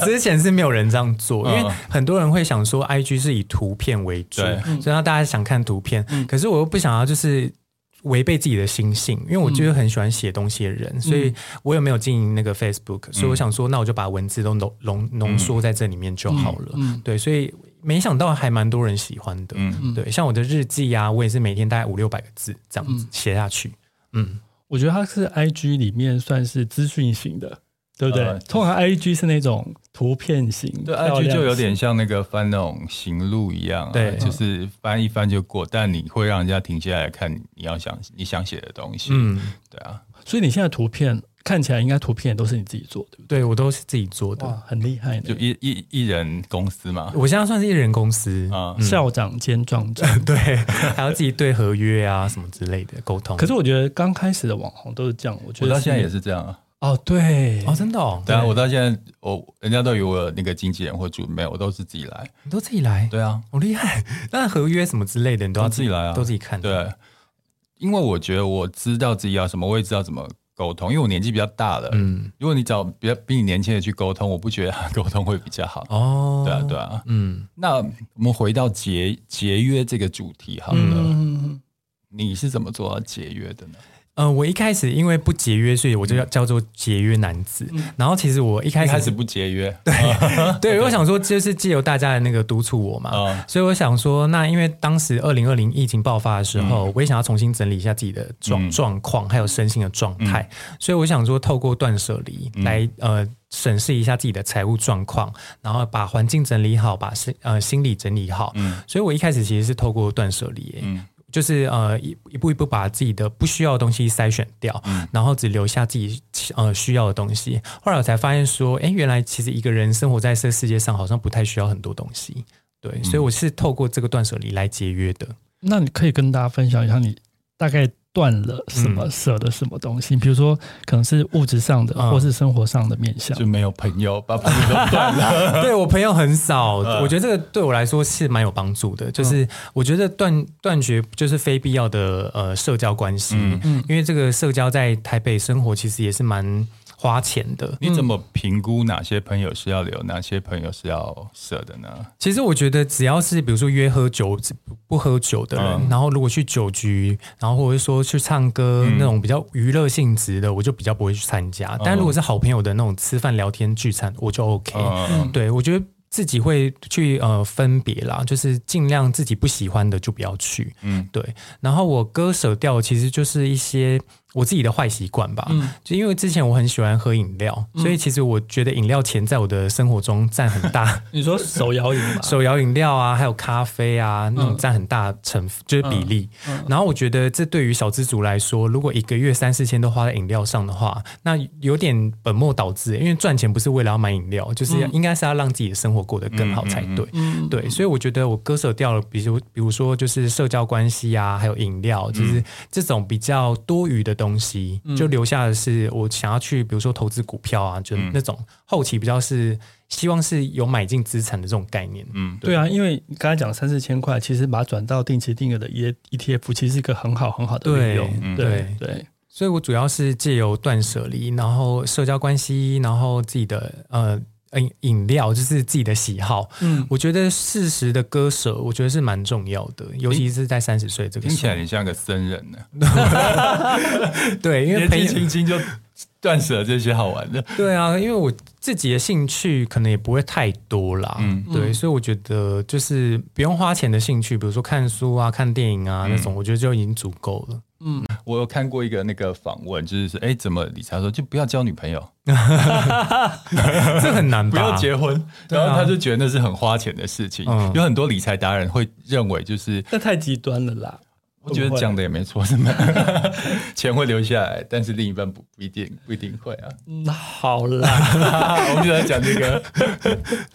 Speaker 2: 之前是没有人这样做，因为
Speaker 1: 嗯
Speaker 2: 很多人会想说，IG 是以图片为主
Speaker 1: 对，
Speaker 4: 嗯
Speaker 2: 所以让大家想看图片，可是我又不想要就是。违背自己的心性，因为我
Speaker 4: 嗯
Speaker 2: 就是很喜欢写东西的人，所以我也没有经营那个 Facebook，、所以
Speaker 1: 嗯
Speaker 2: 我想说，那我就把文字都浓浓浓缩在这里面就好了。
Speaker 4: 嗯嗯
Speaker 2: 对，所以没想到还蛮多人喜欢的。
Speaker 1: 嗯
Speaker 2: 对，像我的日记呀、我也是每天大概五六百个字这样子写下去。嗯，
Speaker 4: 我觉得它是 IG 里面算是资讯型的，对不对？
Speaker 1: 呃
Speaker 4: 通常 IG 是那种图片型，
Speaker 1: 对，IG
Speaker 4: 漂亮嗯
Speaker 1: 就有点
Speaker 4: 型
Speaker 1: 像那个翻那种行路一样、啊，
Speaker 2: 对
Speaker 1: 就是翻一翻就过，但你会让人家停下来看你要想你想写的东西，
Speaker 2: 嗯
Speaker 1: 对啊，
Speaker 4: 所以你现在图片看起来应该图片也都是你自己做的，对
Speaker 2: 对我都是自己做
Speaker 4: 不对？
Speaker 2: 的。
Speaker 4: 哇，很厉害
Speaker 1: 就
Speaker 4: 呢！
Speaker 1: 一一一人公司嘛，
Speaker 2: 我现在算是一人公司，
Speaker 1: 啊、
Speaker 4: 校长兼 壮壮。
Speaker 2: 对，还要自己对合约啊什么之类的沟通。
Speaker 4: 可是我觉得刚开始的网红都是这样，我觉
Speaker 1: 我
Speaker 4: 得
Speaker 1: 到现在也是这样啊。
Speaker 4: 哦，对
Speaker 2: 哦，真的哦，
Speaker 1: 对啊，我到现在我人家都以为我有那个经纪人或主没有，我都是自己来。
Speaker 2: 你都自己来，
Speaker 1: 对啊，
Speaker 2: 好厉害。那合约什么之类的，你都要
Speaker 1: 都自己来啊
Speaker 2: 都自己看。，
Speaker 1: 对，因为我觉得我知道自己要什么，我也知道怎么沟通，因为我年纪比较大了。
Speaker 2: 嗯，
Speaker 1: 如果你找比较比你年轻的去沟通，我不觉得他沟通会比较好。
Speaker 2: 哦，
Speaker 1: 对啊，对，啊。
Speaker 2: 嗯，
Speaker 1: 那我们回到节节约这个主题好了，
Speaker 4: 嗯，
Speaker 1: 你是怎么做到节约的呢？
Speaker 2: 呃，我一开始因为不节约，所以我就叫叫做节约男子。然后其实我一开
Speaker 1: 嗯一
Speaker 2: 始
Speaker 1: 开始不节约， 哦对
Speaker 2: 对，因为我想说，就是借由大家的那个督促我嘛，
Speaker 1: 啊，
Speaker 2: 所以我想说，那因为当时二零二零疫情爆发的时候，我也想要重新整理一下自己的状、
Speaker 1: 嗯
Speaker 2: 状况，还有身心的状态，所以我想说，透过断舍离
Speaker 1: 嗯
Speaker 2: 来、呃审视一下自己的财务状况，然后把环境整理好，把心呃心理整理好。
Speaker 1: 嗯
Speaker 2: 所以我一开始其实是透过断舍离、欸
Speaker 1: 嗯
Speaker 2: 就是呃一一步一步把自己的不需要的东西筛选掉，
Speaker 1: 嗯
Speaker 2: 然后只留下自己呃需要的东西。后来我才发现说，哎，原来其实一个人生活在这世界上，好像不太需要很多东西。对，所以我是透过这个断舍离来节约的。
Speaker 4: 那你可以跟大家分享一下你大概断了什
Speaker 1: 嗯
Speaker 4: 么，舍了什么东西？比如说可能是物质上的，
Speaker 2: 嗯
Speaker 4: 或是生活上的面向
Speaker 1: 就。没有朋友，把朋友都 断了。
Speaker 2: 对我朋友很少，我觉得这个对我来说是蛮有帮助的。就是我觉得断断绝就是非必要的呃社交关系，
Speaker 1: 嗯
Speaker 2: 因为这个社交在台北生活其实也是蛮花钱的。
Speaker 1: 你怎么评估哪些朋友是要留，哪些朋友是要舍的呢？
Speaker 2: 其实我觉得，只要是比如说约喝酒不不喝酒的人，
Speaker 1: 嗯
Speaker 2: 然后如果去酒局，然后或者说去唱歌、
Speaker 1: 嗯
Speaker 2: 那种比较娱乐性质的，我就比较不会去参加。但如果是好朋友的那种吃饭聊天聚餐，我就 OK。
Speaker 1: 嗯
Speaker 2: 对我觉得。自己会去呃分别啦，就是尽量自己不喜欢的就不要去，
Speaker 1: 嗯
Speaker 2: 对。然后我割舍掉其实就是一些我自己的坏习惯吧，
Speaker 1: 嗯
Speaker 2: 就因为之前我很喜欢喝饮料，所以其实我觉得饮料钱在我的生活中占很大。
Speaker 4: 你说手摇饮 吧
Speaker 2: 手摇饮料啊，还有咖啡啊，那种占很大成就是比例。然后我觉得这对于小资族来说，如果一个月三四千都花在饮料上的话，那有点本末倒置，欸因为赚钱不是为了要买饮料，就是应该是要让自己的生活过得更好才对。对，所以我觉得我割舍掉了，比如比如说就是社交关系啊，还有饮料，就是这种比较多余的东西，就留下的是我想要去，比如说投资股票啊，就那种后期比较是希望是有买进资产的这种概念。
Speaker 1: 嗯
Speaker 4: 对啊，因为你刚才讲三四千块，其实把它转到定期定额的 E ETF，其实是一个很好很好的利用。
Speaker 2: 对
Speaker 4: 对
Speaker 2: 嗯
Speaker 4: 对，
Speaker 2: 所以我主要是借由断舍离，然后社交关系，然后自己的呃饮饮料，就是自己的喜好。
Speaker 4: 嗯，
Speaker 2: 我觉得适时的割舍，我觉得是蛮重要的，尤其是在三十岁这个
Speaker 1: 听起
Speaker 2: 时
Speaker 1: 来你像个僧人呢、
Speaker 2: 候。对，因为
Speaker 1: 年
Speaker 2: 朋
Speaker 1: 纪
Speaker 2: 友
Speaker 1: 轻轻就断舍这些好玩的。
Speaker 2: 对啊，因为我自己的兴趣可能也不会太多啦。
Speaker 1: 嗯
Speaker 2: 对，所以我觉得就是不用花钱的兴趣，比如说看书
Speaker 1: 嗯
Speaker 2: 啊、看电影啊、那种，我觉得就已经足 够了。
Speaker 1: 我有看过一个那个访问，就是说，哎、怎么理查说就不要交女朋友，
Speaker 2: 这很难
Speaker 1: 不
Speaker 2: 吧？
Speaker 1: 要结婚，然后他就觉得那是很花钱的事情。
Speaker 2: 嗯
Speaker 1: 有很多理财达人会认为，就是
Speaker 4: 那太极端了啦。
Speaker 1: 我觉得讲的也没错，是 吗？钱会留下来，但是另一半不不一定不一定会啊。
Speaker 4: 嗯，好 啦，
Speaker 1: 我们就在讲这个，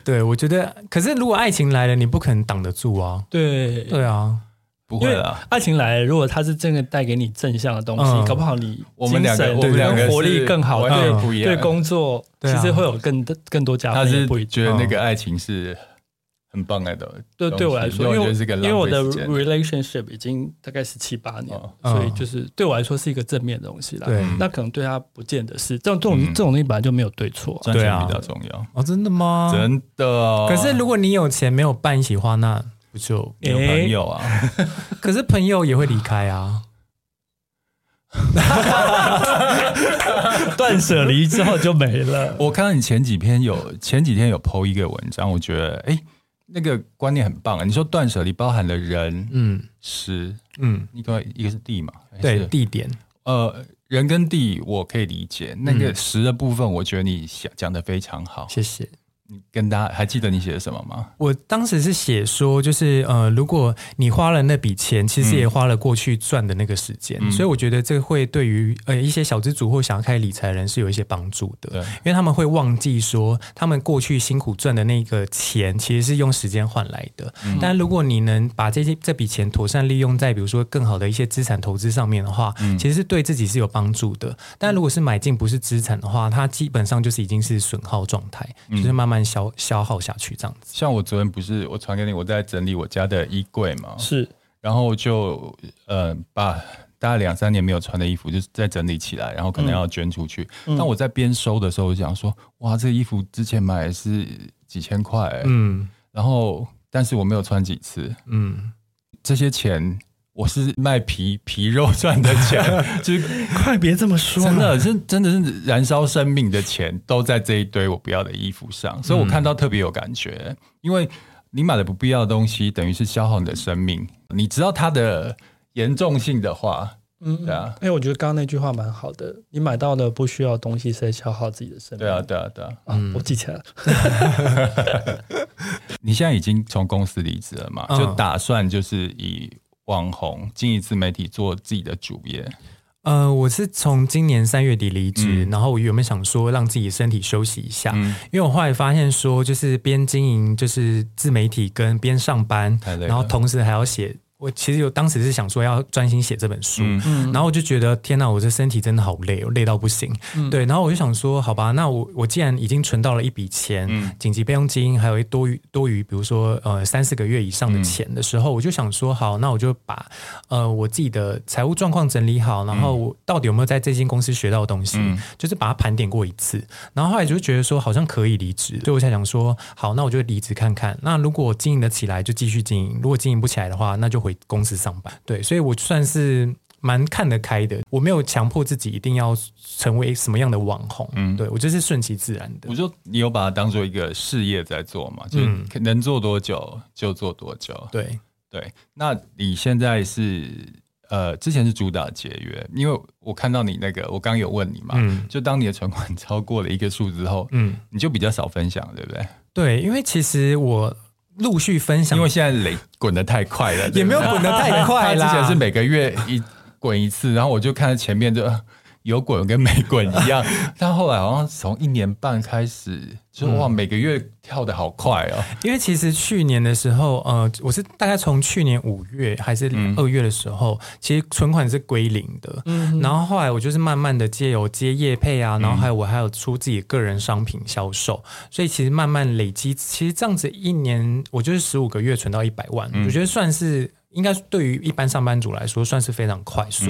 Speaker 2: 对，我觉得，可是如果爱情来了，你不可能挡得住啊。
Speaker 4: 对，
Speaker 2: 对啊，
Speaker 1: 不
Speaker 4: 因
Speaker 1: 会
Speaker 4: 为
Speaker 1: 啦。
Speaker 4: 爱情来了，如果它是真的带给你正向的东西，
Speaker 2: 嗯
Speaker 4: 搞不好你
Speaker 1: 我们两个
Speaker 4: 精神
Speaker 1: 我们两个
Speaker 4: 跟活力
Speaker 1: 是
Speaker 4: 更好，
Speaker 1: 完全
Speaker 4: 对
Speaker 1: 不一样
Speaker 4: 对工作其
Speaker 2: 对啊
Speaker 4: 实会有更更多加
Speaker 1: 他
Speaker 4: 分，也
Speaker 1: 是
Speaker 4: 不一定。
Speaker 1: 觉得那个爱情是很棒的东西，
Speaker 4: 对对我来说，因
Speaker 1: 我
Speaker 4: 为
Speaker 1: 觉
Speaker 4: 我
Speaker 1: 得是个浪
Speaker 4: 因
Speaker 1: 费
Speaker 4: 为我的
Speaker 1: 时间哦
Speaker 4: relationship 已经大概十七八年了，
Speaker 2: 嗯
Speaker 4: 所以就是对我来说是一个正面的东西啦。
Speaker 2: 对
Speaker 4: 那可能对他不见得是这种这种、
Speaker 1: 嗯
Speaker 4: 这种东西本来就没有对错啊、
Speaker 1: 赚
Speaker 2: 对
Speaker 1: 钱
Speaker 2: 啊
Speaker 1: 比较重要，
Speaker 2: 哦，真的吗？
Speaker 1: 真的哦。
Speaker 2: 可是如果你有钱没有办一席话，那不就？
Speaker 1: 有朋友啊，
Speaker 2: 可是朋友也会离开啊。
Speaker 4: 断舍离之后就没了。
Speaker 1: 我看到你前几篇有前几天有 PO 一个文章，我觉得哎，那个观念很棒啊。你说断舍离包含了人、
Speaker 2: 嗯
Speaker 1: 时，
Speaker 2: 嗯，
Speaker 1: 一个一个是地嘛，还
Speaker 2: 对，
Speaker 1: 是
Speaker 2: 地点
Speaker 1: 呃，人跟地我可以理解，那
Speaker 2: 嗯
Speaker 1: 个时的部分，我觉得你想讲的非常好。
Speaker 2: 谢谢。
Speaker 1: 你跟大家还记得你写的什么吗？
Speaker 2: 我当时是写说，就是呃，如果你花了那笔钱，其实也花了过去赚的那个时间，
Speaker 1: 嗯
Speaker 2: 所以我觉得这会对于呃一些小资主或想要开理财的人是有一些帮助的，
Speaker 1: 对
Speaker 2: 因为他们会忘记说他们过去辛苦赚的那个钱其实是用时间换来的，
Speaker 1: 嗯
Speaker 2: 但如果你能把这些这笔钱妥善利用在比如说更好的一些资产投资上面的话，
Speaker 1: 嗯
Speaker 2: 其实是对自己是有帮助的。但如果是买进不是资产的话，它基本上就是已经是损耗状态，
Speaker 1: 嗯
Speaker 2: 就是慢慢消消耗下去这样子。
Speaker 1: 像我昨天不是我传给你，我在整理我家的衣柜嘛，
Speaker 4: 是
Speaker 1: 然后就呃把大概两三年没有穿的衣服，就是再整理起来，然后
Speaker 2: 嗯
Speaker 1: 可能要捐出去。但我在边收的时候，我想说，哇，这个衣服之前买的是几千块、欸，
Speaker 2: 嗯
Speaker 1: 然后但是我没有穿几次，
Speaker 2: 嗯，
Speaker 1: 这些钱我是卖皮皮肉赚的 钱，就是
Speaker 4: 快别这么
Speaker 2: 啊
Speaker 4: 说
Speaker 1: 真的是真的是燃烧生命的钱都在这一堆我不要的衣服上，
Speaker 2: 嗯
Speaker 1: 所以我看到特别有感觉，因为你买了不必要的东西，等于是消耗你的生命。你知道它的严重性的话，
Speaker 4: 嗯
Speaker 1: 对啊，
Speaker 4: 哎、我觉得刚刚那句话蛮好的，你买到了不需要的东西，是在消耗自己的生命。
Speaker 1: 对啊，对啊，对啊。
Speaker 4: 啊，我记起 来了。
Speaker 1: 你现在已经从公司离职了嘛？
Speaker 2: 嗯
Speaker 1: 就打算就是以网红经营自媒体做自己的主业，
Speaker 2: 呃，我是从今年三月底离
Speaker 1: 嗯
Speaker 2: 职，然后我原本想说让自己身体休息一下，因为我后来发现说，就是边经营就是自媒体跟边上班
Speaker 1: 太累，了
Speaker 2: 然后同时还要写。我其实有当时是想说要专心写这本书，
Speaker 1: 嗯
Speaker 2: 然后我就觉得天哪，我这身体真的好累哦，累到不行。
Speaker 1: 嗯
Speaker 2: 对，然后我就想说，好吧，那我我既然已经存到了一笔钱，
Speaker 1: 嗯
Speaker 2: 紧急备用金，还有一多余多余，比如说呃三四个月以上的钱的时候，我就想说，好，那我就把呃我自己的财务状况整理好，然后我到底有没有在这间公司学到的东西，
Speaker 1: 嗯
Speaker 2: 就是把它盘点过一次。然后后来就觉得说好像可以离职，所以我才想说，好，那我就离职看看。那如果经营得起来就继续经营，如果经营不起来的话，那就回公司上班。对，所以我算是。蛮看得开的，我没有强迫自己一定要成为什么样的网红，嗯，对我就是嗯顺其自然的
Speaker 1: 我。就你有把它当做一个事业在做嘛？就是能做多久就做多久。
Speaker 2: 对，
Speaker 1: 对，那你现在是呃，之前是主打节约，因为我看到你那个，我刚有问你嘛，
Speaker 2: 嗯
Speaker 1: 就当你的存款 超过了一个数之后，
Speaker 2: 嗯，
Speaker 1: 你就比较少分享，对不对？
Speaker 2: 对，因为其实我陆续分享，
Speaker 1: 因为现在累滚得太快了，
Speaker 2: 也没有滚得太 快
Speaker 1: 他
Speaker 2: 啦。
Speaker 1: 之前是每个月一滚一次，然后我就看前面就呃有滚跟没滚一 样，但后来好像从一年半开始，就
Speaker 2: 嗯
Speaker 1: 哇，每个月跳得好快哦，
Speaker 2: 因为其实去年的时候，呃，我是大概从去年五月还是二月的时候，其实存款是归零的。然后后来我就是慢慢的借由接业配啊，然后还有我还有出自己个人商品销售，所以其实慢慢累积，其实这样子一年我就是十五个月存到一百万，我觉得算是。应该对于一般上班族来说，算是非常快速。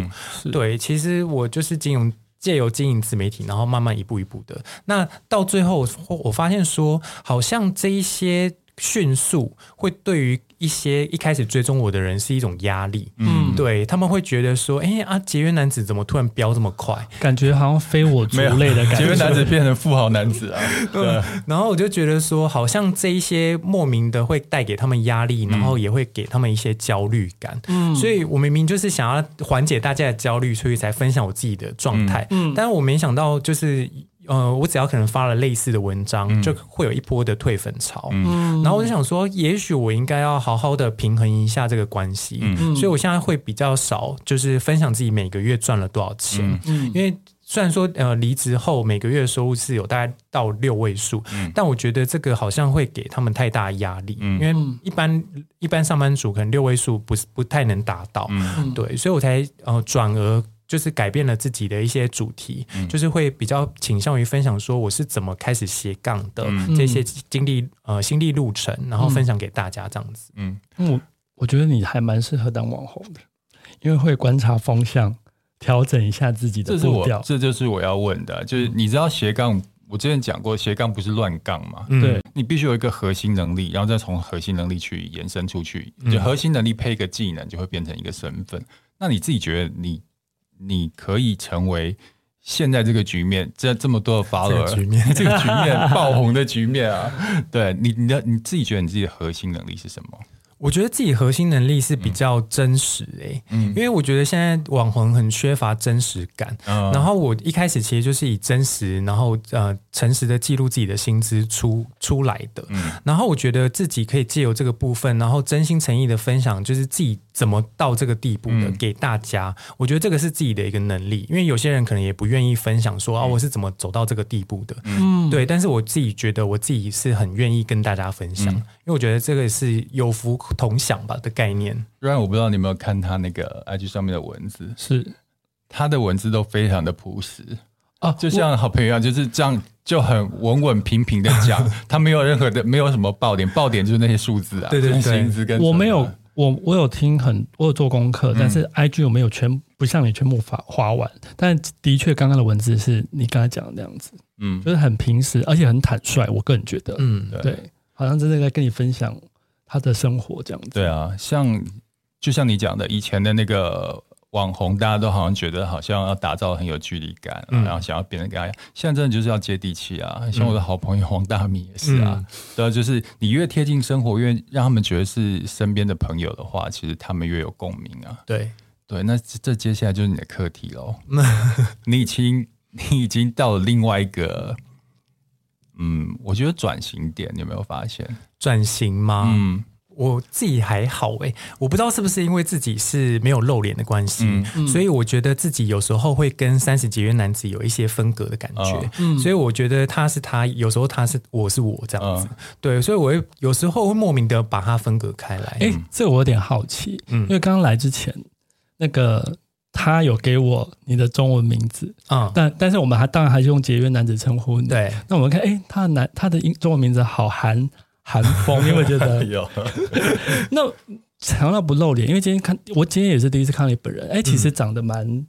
Speaker 2: 对，其实我就是金融。借由经营自媒体，然后慢慢一步一步的，那到最后我我发现说，好像这一些迅速会对于一些一开始追踪我的人是一种压力，嗯，对他们会觉得说，哎、啊，节约男子怎么突然飙这么快？
Speaker 4: 感觉好像非我族类的感
Speaker 1: 节
Speaker 4: 觉。
Speaker 1: 约男 子变成富豪男子 啊，对。
Speaker 2: 然后我就觉得说，好像这一些莫名的会带给他们压力，然后也会给他们一些焦虑感。嗯，所以我明明就是想要缓解大家的焦虑，所以才分享我自己的状态。嗯，但是我没想到就是。呃，我只要可能发了类似的文章，就会有一波的退粉潮。嗯，然后我就想说，也许我应该要好好的平衡一下这个关系。嗯，所以我现在会比较少，就是分享自己每个月赚了多少钱。嗯，因为虽然说呃离职后每个月的收入是有大概到六位数，但我觉得这个好像会给他们太大压力，因为一般一般上班族可能六位数不是不太能达到，对，所以我才呃转而。就是改变了自己的一些主题，就是会比较倾向于分享说我是怎么开始斜杠的、这些经历呃心历路程，然后分享给大家这样子。
Speaker 4: 我嗯我觉得你还蛮适合当网红的，因为会观察风向，调整一下自己的
Speaker 1: 这是
Speaker 4: 步
Speaker 1: 我
Speaker 4: 调，。
Speaker 1: 这就是我要问的，啊就是你知道斜杠，我之前讲过，斜杠不是乱杠嘛，
Speaker 2: 嗯
Speaker 4: 对，
Speaker 1: 你必须有一个核心能力，然后再从核心能力去延伸出去，就核心能力配一个技能，就会变成一个身份。那你自己觉得你你可以成为现在这个局面，这这么多的 follower
Speaker 2: 局面
Speaker 1: 这个局面爆红的局面啊，对你你的你自己觉得你自己的核心能力是什么？
Speaker 2: 我觉得自己核心能力是比较真实诶、因为我觉得现在网红很缺乏真实感。
Speaker 1: 嗯
Speaker 2: 然后我一开始其实就是以真实，然后呃诚实的记录自己的薪资出出来的。然后我觉得自己可以借由这个部分，然后真心诚意的分享，就是自己怎么到这个地步的、给大家。我觉得这个是自己的一个能力，因为有些人可能也不愿意分享说啊我是怎么走到这个地步的。嗯，对。但是我自己觉得我自己是很愿意跟大家分享，因为我觉得这个是有福同享吧的概念。
Speaker 1: 虽然我不知道你有没有看他那个 IG 上面的文字，
Speaker 4: 是
Speaker 1: 他的文字都非常的朴实，
Speaker 4: 啊，
Speaker 1: 就像好朋友一样，就是这样就很稳稳平平的讲，他没有任何的没有什么爆点，爆点就是那些数字啊，
Speaker 2: 对对对
Speaker 1: 就是薪资跟
Speaker 4: 我没有
Speaker 1: 存款，
Speaker 4: 我我有听很，我有做功课，但是 I G 我没有全不像你全部发花完，但的确刚刚的文字是你刚才讲的那样子，
Speaker 1: 嗯
Speaker 4: 就是很平时，而且很坦率，我个人觉得，
Speaker 2: 嗯，
Speaker 1: 对
Speaker 4: 对，好像真的在跟你分享他的生活这样子，
Speaker 1: 对啊，像就像你讲的，以前的那个网红，大家都好像觉得好像要打造很有距离感、啊
Speaker 2: 嗯
Speaker 1: 然后想要变得跟他一样。现在真的就是要接地气啊，像我的好朋友黄大米也是
Speaker 2: 嗯
Speaker 1: 啊，对啊，就是你越贴近生活，越让他们觉得是身边的朋友的话，其实他们越有共鸣啊。
Speaker 2: 对。
Speaker 1: 对，那这这接下来就是你的课题喽。 你已经你已经到了另外一个，嗯，我觉得转型点，你有没有发现？
Speaker 2: 转型吗？
Speaker 1: 嗯
Speaker 2: 我自己还好诶、我不知道是不是因为自己是没有露脸的关系，所以我觉得自己有时候会跟三十几岁男子有一些分隔的感觉，
Speaker 1: 哦
Speaker 4: 嗯
Speaker 2: 所以我觉得他是他，有时候他是我是我这样子，对，所以我会有时候会莫名的把它分隔开来。嗯
Speaker 4: 哎、这我有点好奇，因为刚刚来之前那个。他有给我你的中文名字，
Speaker 2: 嗯，
Speaker 4: 但但是我们还当然还是用节约男子称呼你。
Speaker 2: 对，
Speaker 4: 那我们看，哎、他的男他的英中文名字好韩韩风，你有没有觉得？
Speaker 1: 有，
Speaker 4: 那常到不露脸，因为今天看我今天也是第一次看到你本人，哎、其实长得蛮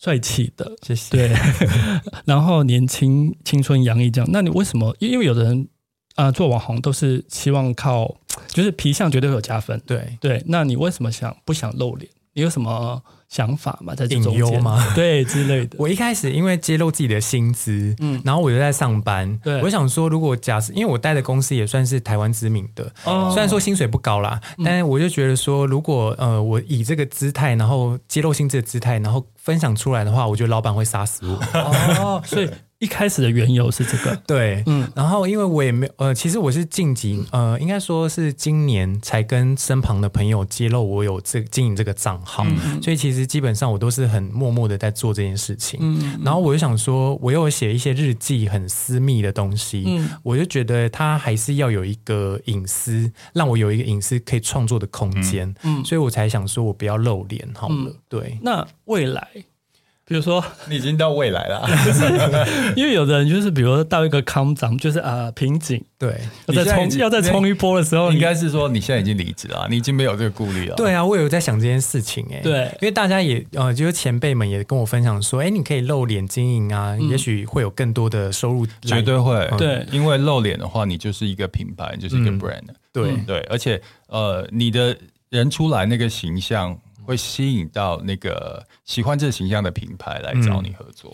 Speaker 4: 帅气的，
Speaker 2: 嗯谢谢。
Speaker 4: 对， 然后年轻、青春洋溢这样。那你为什么？因因为有的人啊、呃做网红都是希望靠，就是皮相绝对会有加分，
Speaker 2: 对，
Speaker 4: 对。那你为什么想不想露脸？你有什么想法吗？在这中
Speaker 2: 隐忧
Speaker 4: 间
Speaker 2: 吗？
Speaker 4: 对之类的。
Speaker 2: 我一开始因为揭露自己的薪资，
Speaker 4: 嗯
Speaker 2: 嗯，然后我又在上班，
Speaker 4: 对
Speaker 2: 我想说，如果假设因为我待的公司也算是台湾知名的，
Speaker 4: 哦嗯
Speaker 2: 虽然说薪水不高啦，但是我就觉得说，如果呃我以这个姿态，然后揭露薪资的姿态，然后分享出来的话，我觉得老板会杀死我。
Speaker 4: 哦， 所以一开始的缘由是这个。
Speaker 2: 对，
Speaker 4: 嗯
Speaker 2: 嗯，然后因为我也没有，呃，其实我是近几，呃，应该说是今年才跟身旁的朋友揭露我有这经营这个账号，所以其实基本上我都是很默默的在做这件事情。然后我就想说，我又写一些日记很私密的东西，我就觉得它还是要有一个隐私，让我有一个隐私可以创作的空间，所以我才想说我不要露脸好了，对。
Speaker 4: 那未来，比如说。
Speaker 1: 你已经到未来了。
Speaker 4: 因为有的人就是，比如说到一个康涨，就是啊、瓶颈，
Speaker 2: 对
Speaker 1: 你
Speaker 4: 要
Speaker 1: 现
Speaker 4: 再
Speaker 1: 在
Speaker 4: 冲
Speaker 1: 已经
Speaker 4: 要再冲一波的时候，
Speaker 1: 应
Speaker 4: 你
Speaker 1: 该是说你现在已经离职了，你已经没有这个顾虑了。
Speaker 2: 对啊，我有在想这件事情哎、
Speaker 4: 对
Speaker 2: 因为大家也呃，就是前辈们也跟我分享说，哎、你可以露脸经营啊，也许会有更多的收入来
Speaker 1: 嗯绝对会，
Speaker 4: 对
Speaker 1: 因为露脸的话，你就是一个品牌，你就是一个 brand，、
Speaker 2: 对
Speaker 1: 对，而且呃，你的人出来那个形象会吸引到那个喜欢这个形象的品牌来找你合作。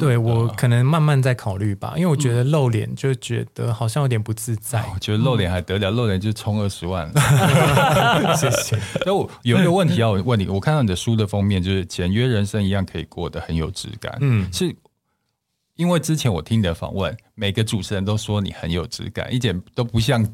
Speaker 2: 对
Speaker 1: 嗯
Speaker 2: 我可能慢慢在考虑吧，因为我觉得露脸就觉得好像有点不自 在。
Speaker 1: 我觉得露脸还得了，露脸就充二十万了。
Speaker 2: 谢谢。
Speaker 1: 所以我有一个问题要问你，我看到你的书的封面就是“简约人生一样可以过得很有质感”，嗯，是因为之前我听你的访问，每个主持人都说你很有质感，一点都不像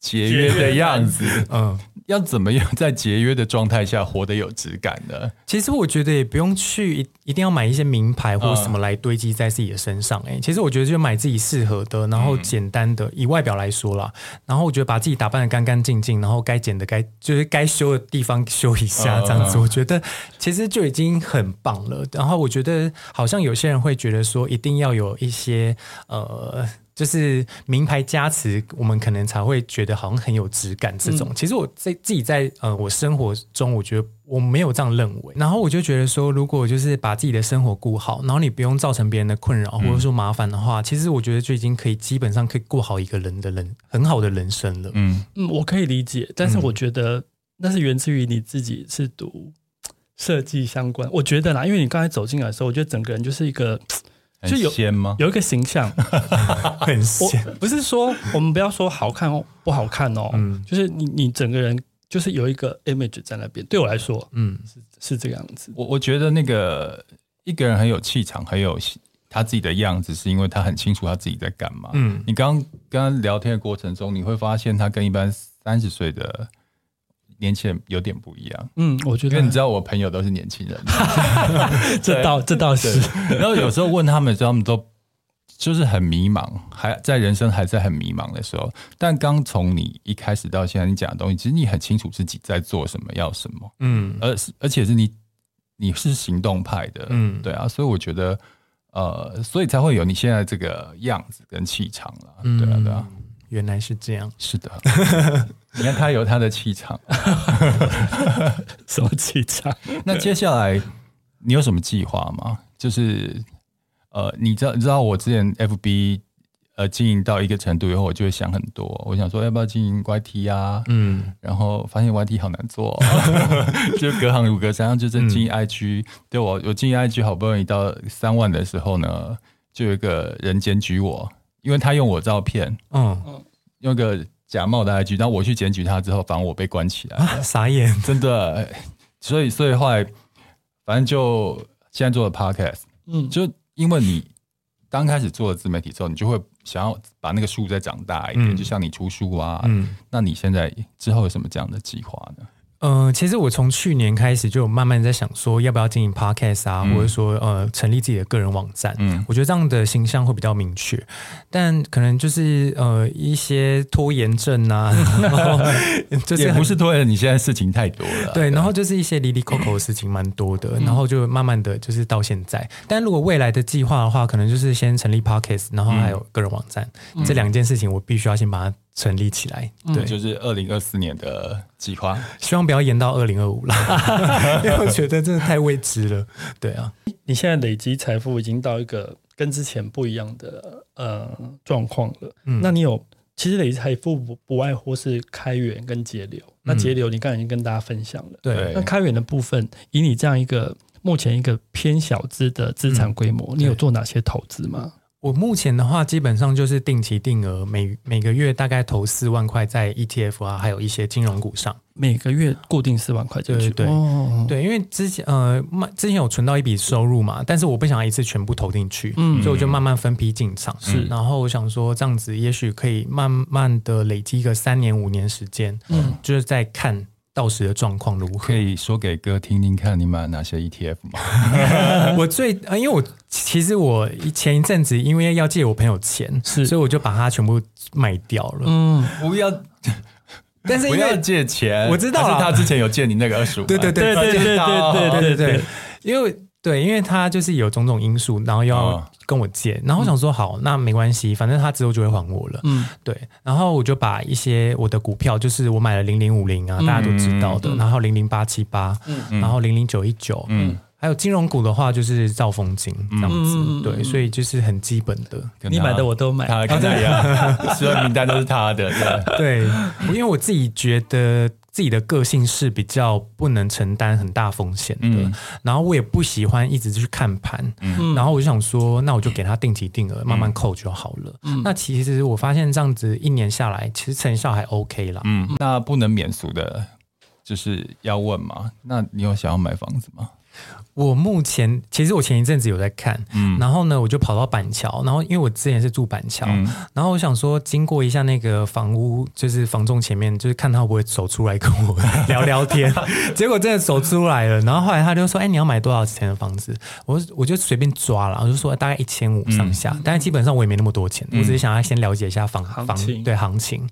Speaker 1: 节约的样子。
Speaker 2: 嗯，
Speaker 1: 要怎么样在节约的状态下活得有质感呢？
Speaker 2: 其实我觉得也不用去一一定要买一些名牌或什么来堆积在自己的身上、欸。哎、其实我觉得就买自己适合的，然后简单的，以外表来说啦，然后我觉得把自己打扮的干干净净，然后该剪的该就是该修的地方修一下，这样子，我觉得其实就已经很棒了。然后我觉得好像有些人会觉得说，一定要有一些呃。就是名牌加持，我们可能才会觉得好像很有质感。这种、其实我在自己在呃我生活中，我觉得我没有这样认为。然后我就觉得说，如果就是把自己的生活顾好，然后你不用造成别人的困扰或者说麻烦的话，其实我觉得就已经可以基本上可以过好一个人的人很好的人生了。
Speaker 1: 嗯，
Speaker 4: 嗯，我可以理解，但是我觉得那是源自于你自己是读设计相关，我觉得啦，因为你刚才走进来的时候，我觉得整个人就是一个
Speaker 1: 很
Speaker 4: 就有
Speaker 1: 鲜吗？
Speaker 4: 有一个 形象，
Speaker 2: 很羡
Speaker 4: 我不是说我们不要说好看哦，不好看哦，
Speaker 2: 嗯
Speaker 4: 就是你你整个人就是有一个 image 在那边，对我来说
Speaker 2: 嗯，
Speaker 4: 是这个样子。
Speaker 1: 我我觉得那个一个人很有气场，很有他自己的样子，是因为他很清楚他自己在干嘛。
Speaker 2: 嗯
Speaker 1: 你刚刚跟他聊天的过程中，你会发现他跟一般三十岁的年轻人有点不一样，
Speaker 4: 嗯，我觉
Speaker 1: 因
Speaker 4: 得
Speaker 1: 为你知道我朋友都是年轻人，
Speaker 4: 这倒这倒是，
Speaker 1: 然后有时候问他们的时候，他们都就是很迷茫，还在人生还在很迷茫的时候。但刚从你一开始到现在，你讲的东西，其实你很清楚自己在做什么，要什么，
Speaker 2: 嗯
Speaker 1: 而是而且是你你是行动派的，
Speaker 2: 嗯
Speaker 1: 对啊，所以我觉得。呃，所以才会有你现在这个样子跟气场啦，
Speaker 2: 嗯，
Speaker 1: 对啊，对啊，，
Speaker 2: 原来是这样。
Speaker 1: 是 的。你看他有他的气场，
Speaker 4: 什么气场？
Speaker 1: 那接下来你有什么计划吗？就是呃，你知道你知道我之前 FB 呃经营到一个程度以后，我就会想很多，我想说要不要经营 YT 啊，
Speaker 2: 嗯
Speaker 1: 然后发现 YT 好难做、 就隔行如隔山，就是经营 IG、对我我经营 IG 好不容易到三万的时候呢，就有一个人检举我，因为他用我照片，
Speaker 2: 嗯
Speaker 1: 用一个假冒的 IG，然后我去检举他之后，反而我被关起来。
Speaker 2: 啊，傻眼。
Speaker 1: 真的，所以所以后来，反正就现在做的 podcast，
Speaker 4: 嗯，
Speaker 1: 就因为你刚开始做了自媒体之后，你就会想要把那个树再长大一点，
Speaker 2: 嗯
Speaker 1: 就像你出书啊，
Speaker 2: 嗯。
Speaker 1: 那你现在之后有什么这样的计划呢？
Speaker 2: 嗯、其实我从去年开始就有慢慢在想说，要不要经营 podcast 啊，或者说呃，成立自己的个人网站。
Speaker 1: 嗯
Speaker 2: 我觉得这样的形象会比较明确，但可能就是呃一些拖延症 啊，然后就是
Speaker 1: 也
Speaker 2: 很
Speaker 1: 不是拖延，你现在事情太多了，
Speaker 2: 对，然后就是一些离离扣扣的事情蛮多的，
Speaker 1: 嗯
Speaker 2: 然后就慢慢的就是到现在。但如果未来的计划的话，可能就是先成立 podcast，然后
Speaker 1: 嗯
Speaker 2: 还有个人网站、这两件事情，我必须要先把它成立起来。对，
Speaker 1: 对，就是二零二四年的计划。
Speaker 2: 希望不要延到二零二五 啦，因为我觉得真的太未知了。对啊，
Speaker 4: 你现在累积财富已经到一个跟之前不一样的呃状况了。
Speaker 2: 嗯
Speaker 4: 那你有其实累积财富不不外乎是开源跟节流。那节流你刚才已经跟大家分享了，
Speaker 2: 对，
Speaker 4: 那开源的部分，以你这样一个目前一个偏小资的资产规模，你有做哪些投资吗？
Speaker 2: 我目前的话，基本上就是定期定额，每每个月大概投四万块在 ETF 啊，还有一些金融股上。
Speaker 4: 每个月固定四万块进去，
Speaker 2: 对对
Speaker 4: 哦，
Speaker 2: 对，因为之前呃，慢之前有存到一笔收入嘛，但是我不想一次全部投进去，
Speaker 4: 嗯
Speaker 2: 所以我就慢慢分批进场。
Speaker 4: 是
Speaker 2: 然后我想说这样子，也许可以慢慢的累积个三年五年时间，
Speaker 4: 嗯
Speaker 2: 就是在看到时的状况如何
Speaker 1: 可。以说给哥听听看，你买了哪些 ETF 吗？
Speaker 2: 我最、呃，因为我其实我前一阵子因为要借我朋友钱，
Speaker 4: 是
Speaker 2: 所以我就把它全部卖掉了。
Speaker 4: 嗯，
Speaker 1: 不要
Speaker 2: 但是因
Speaker 1: 不要
Speaker 2: 为
Speaker 1: 借钱，
Speaker 2: 我知道
Speaker 1: 还是
Speaker 2: 啦
Speaker 1: 他之前有借你那个二十五，
Speaker 2: 对对对
Speaker 4: 对对对对对
Speaker 1: 哦
Speaker 2: 对
Speaker 4: 对
Speaker 2: 对，因为对，因为他就是有种种因素，然后要
Speaker 1: 哦
Speaker 2: 跟我借，然后我想说好，那没关系，反正他之后就会还我了。
Speaker 4: 嗯
Speaker 2: 对，然后我就把一些我的股票，就是我买了零零五零啊，大家都知道的，然后零零八七八，然后零零九一九，嗯，还有金融股的话就是兆丰金这样子，
Speaker 4: 嗯嗯嗯
Speaker 2: 对，所以就是很基本的。
Speaker 1: 跟
Speaker 4: 你
Speaker 1: 他
Speaker 4: 买的我都买，
Speaker 1: 哎他跟他一样， 所有名单都是他的。对
Speaker 2: 对，因为我自己觉得自己的个性是比较不能承担很大风险的，
Speaker 1: 嗯
Speaker 2: 然后我也不喜欢一直去看盘，
Speaker 4: 嗯
Speaker 2: 然后我就想说，那我就给他定期定额，慢慢扣就好了。那其实我发现这样子一年下来，其实成效还 OK 啦。
Speaker 1: 嗯嗯，那不能免俗的，就是要问嘛。那你有想要买房子吗？
Speaker 2: 我目前其实我前一阵子有在看，
Speaker 4: 嗯
Speaker 2: 然后呢，我就跑到板桥，然后因为我之前是住板桥，
Speaker 4: 嗯
Speaker 2: 然后我想说经过一下那个房屋，就是房仲前面，就是看他会不会走出来跟我聊聊 天。结果真的走出来了，然后后来他就说：“哎、你要买多少钱的房子？”我我就随便抓了，我就说大概一千五上下，但是基本上我也没那么多钱，我只是想要先了解一下房
Speaker 4: 嗯行
Speaker 2: 房
Speaker 4: 情
Speaker 2: 对行情。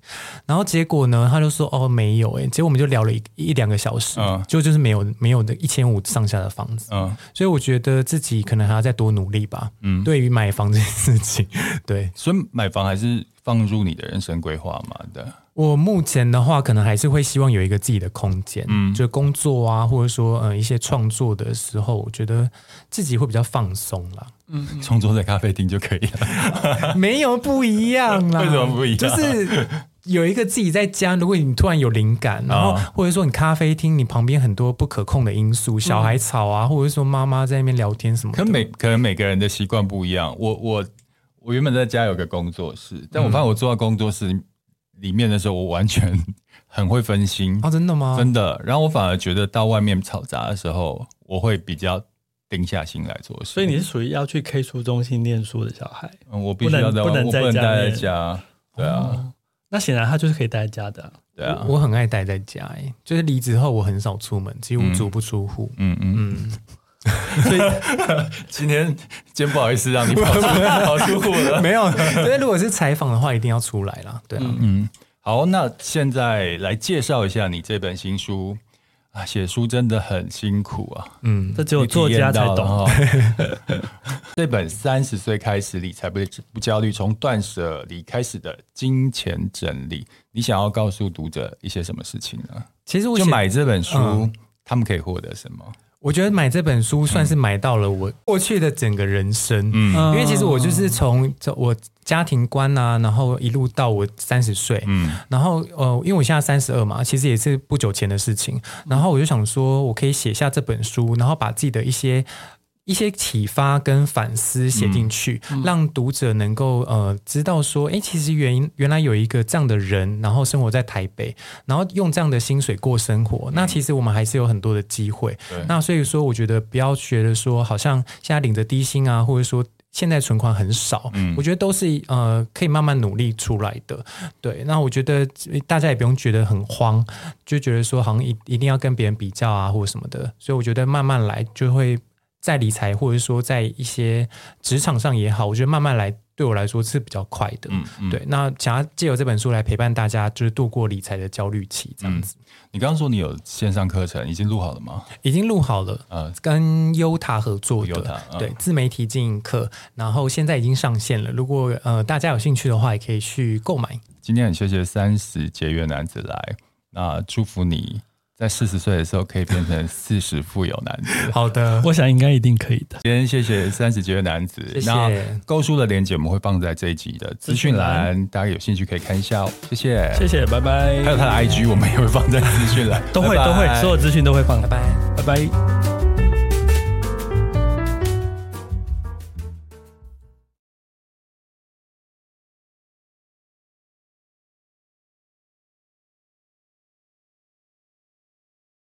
Speaker 2: 然后结果呢，他就说：“哦，没有哎、结果我们就聊了一一两个小时，
Speaker 1: 嗯
Speaker 2: 就就是没有没有的一千五上下的房子。
Speaker 1: 嗯，
Speaker 2: 所以我觉得自己可能还要再多努力吧。嗯，对于买房这件事情， 对
Speaker 1: 所以买房还是放入你的人生规划嘛的。
Speaker 2: 我目前的话，可能还是会希望有一个自己的空间，嗯，就工作啊，或者说嗯、呃一些创作的时候，我觉得自己会比较放松啦。
Speaker 4: 嗯
Speaker 1: 创作在咖啡厅就可以 了。
Speaker 2: 没有不一样啦，
Speaker 1: 为什么不一样
Speaker 2: 就是。有一个自己在家，如果你突然有灵感，然后
Speaker 1: 啊
Speaker 2: 或者说你咖啡厅，你旁边很多不可控的因素，小孩吵啊，或者说妈妈在那边聊天什么的，
Speaker 1: 嗯可每可能每个人的习惯不一样。我我我原本在家有个工作室，
Speaker 4: 嗯
Speaker 1: 但我发现我做到工作室里面的时候，我完全很会分心，
Speaker 4: 啊
Speaker 2: 哦，真的吗？
Speaker 1: 真的。然后我反而觉得到外面吵杂的时候，我会比较定下心来做事。
Speaker 4: 所以你是属于要去 K 书中心念书的小孩，
Speaker 1: 嗯，我必须要在外
Speaker 4: 不能
Speaker 1: 我
Speaker 4: 不能在
Speaker 1: 不能
Speaker 4: 家
Speaker 1: 待在
Speaker 4: 内
Speaker 1: 家。对啊，
Speaker 4: 那显然他就是可以待在家的啊、
Speaker 1: 对啊
Speaker 2: 我，我很爱待在家、欸，就是离职后我很少出门，几乎足不出户。
Speaker 1: 嗯嗯
Speaker 2: 嗯，
Speaker 1: 今天今天不好意思让你跑出跑出户了。
Speaker 2: 没有，所以如果是采访的话，一定要出来啦。对啊，
Speaker 1: 嗯，好，那现在来介绍一下你这本新书啊，写书真的很辛苦啊，
Speaker 2: 嗯，
Speaker 4: 这只有作家才
Speaker 1: 你体验
Speaker 4: 懂。
Speaker 1: 到了哦 这本三十岁开始理财不不焦虑，从断舍离开始的金钱整理，你想要告诉读者一些什么事情呢？
Speaker 2: 其实我
Speaker 1: 就
Speaker 2: 写
Speaker 1: 买这本书，
Speaker 2: 嗯
Speaker 1: 他们可以获得什么？
Speaker 2: 我觉得买这本书算是买到了
Speaker 1: 嗯
Speaker 2: 我过去的整个人生，嗯，因为其实我就是从这我家庭观啊，然后一路到我三十岁，嗯，然后呃，因为我现在三十二嘛，其实也是不久前的事情，然后我就想说，我可以写下这本书，然后把自己的一些。一些启发跟反思写进去，让读者能够呃知道说，诶，其实原因原来有一个这样的人，然后生活在台北，然后用这样的薪水过生活，那其实我们还是有很多的机会。那所以说，我觉得不要觉得说好像现在领着低薪啊，或者说。现在存款很少，我觉得都是呃可以慢慢努力出来的。对，那我觉得呃大家也不用觉得很慌，就觉得说好像一一定要跟别人比较啊或者什么的。所以我觉得慢慢来就会在理财或者说在一些职场上也好，我觉得慢慢来对我来说是比较快的。
Speaker 1: 嗯嗯，
Speaker 2: 对，那想要借由这本书来陪伴大家，就是度过理财的焦虑期，这样子、
Speaker 1: 你刚刚说你有线上课程已经录好了吗？
Speaker 2: 已经录好了。
Speaker 1: 呃，
Speaker 2: 跟优塔合作
Speaker 1: 优塔
Speaker 2: 的，
Speaker 1: 嗯
Speaker 2: 对自媒体经营课，然后现在已经上线了。如果呃大家有兴趣的话，也可以去购买。
Speaker 1: 今天很谢谢三十节约男子来，那祝福你在四十岁的时候可以变成四十富有 男子。
Speaker 2: 好的，
Speaker 4: 我想应该一定可以的。
Speaker 1: 今天谢谢三十节约男子，
Speaker 2: 谢谢
Speaker 1: 那购书的链接我们会放在这一集的资讯栏，大家有兴趣可以看一下、哦。谢谢，
Speaker 4: 谢谢，拜拜
Speaker 1: 还。有他的 IG 我们也会放在资讯栏，
Speaker 4: 都会
Speaker 1: 拜拜
Speaker 4: 都会，所有资讯都会放
Speaker 2: 拜。拜。
Speaker 4: 拜拜。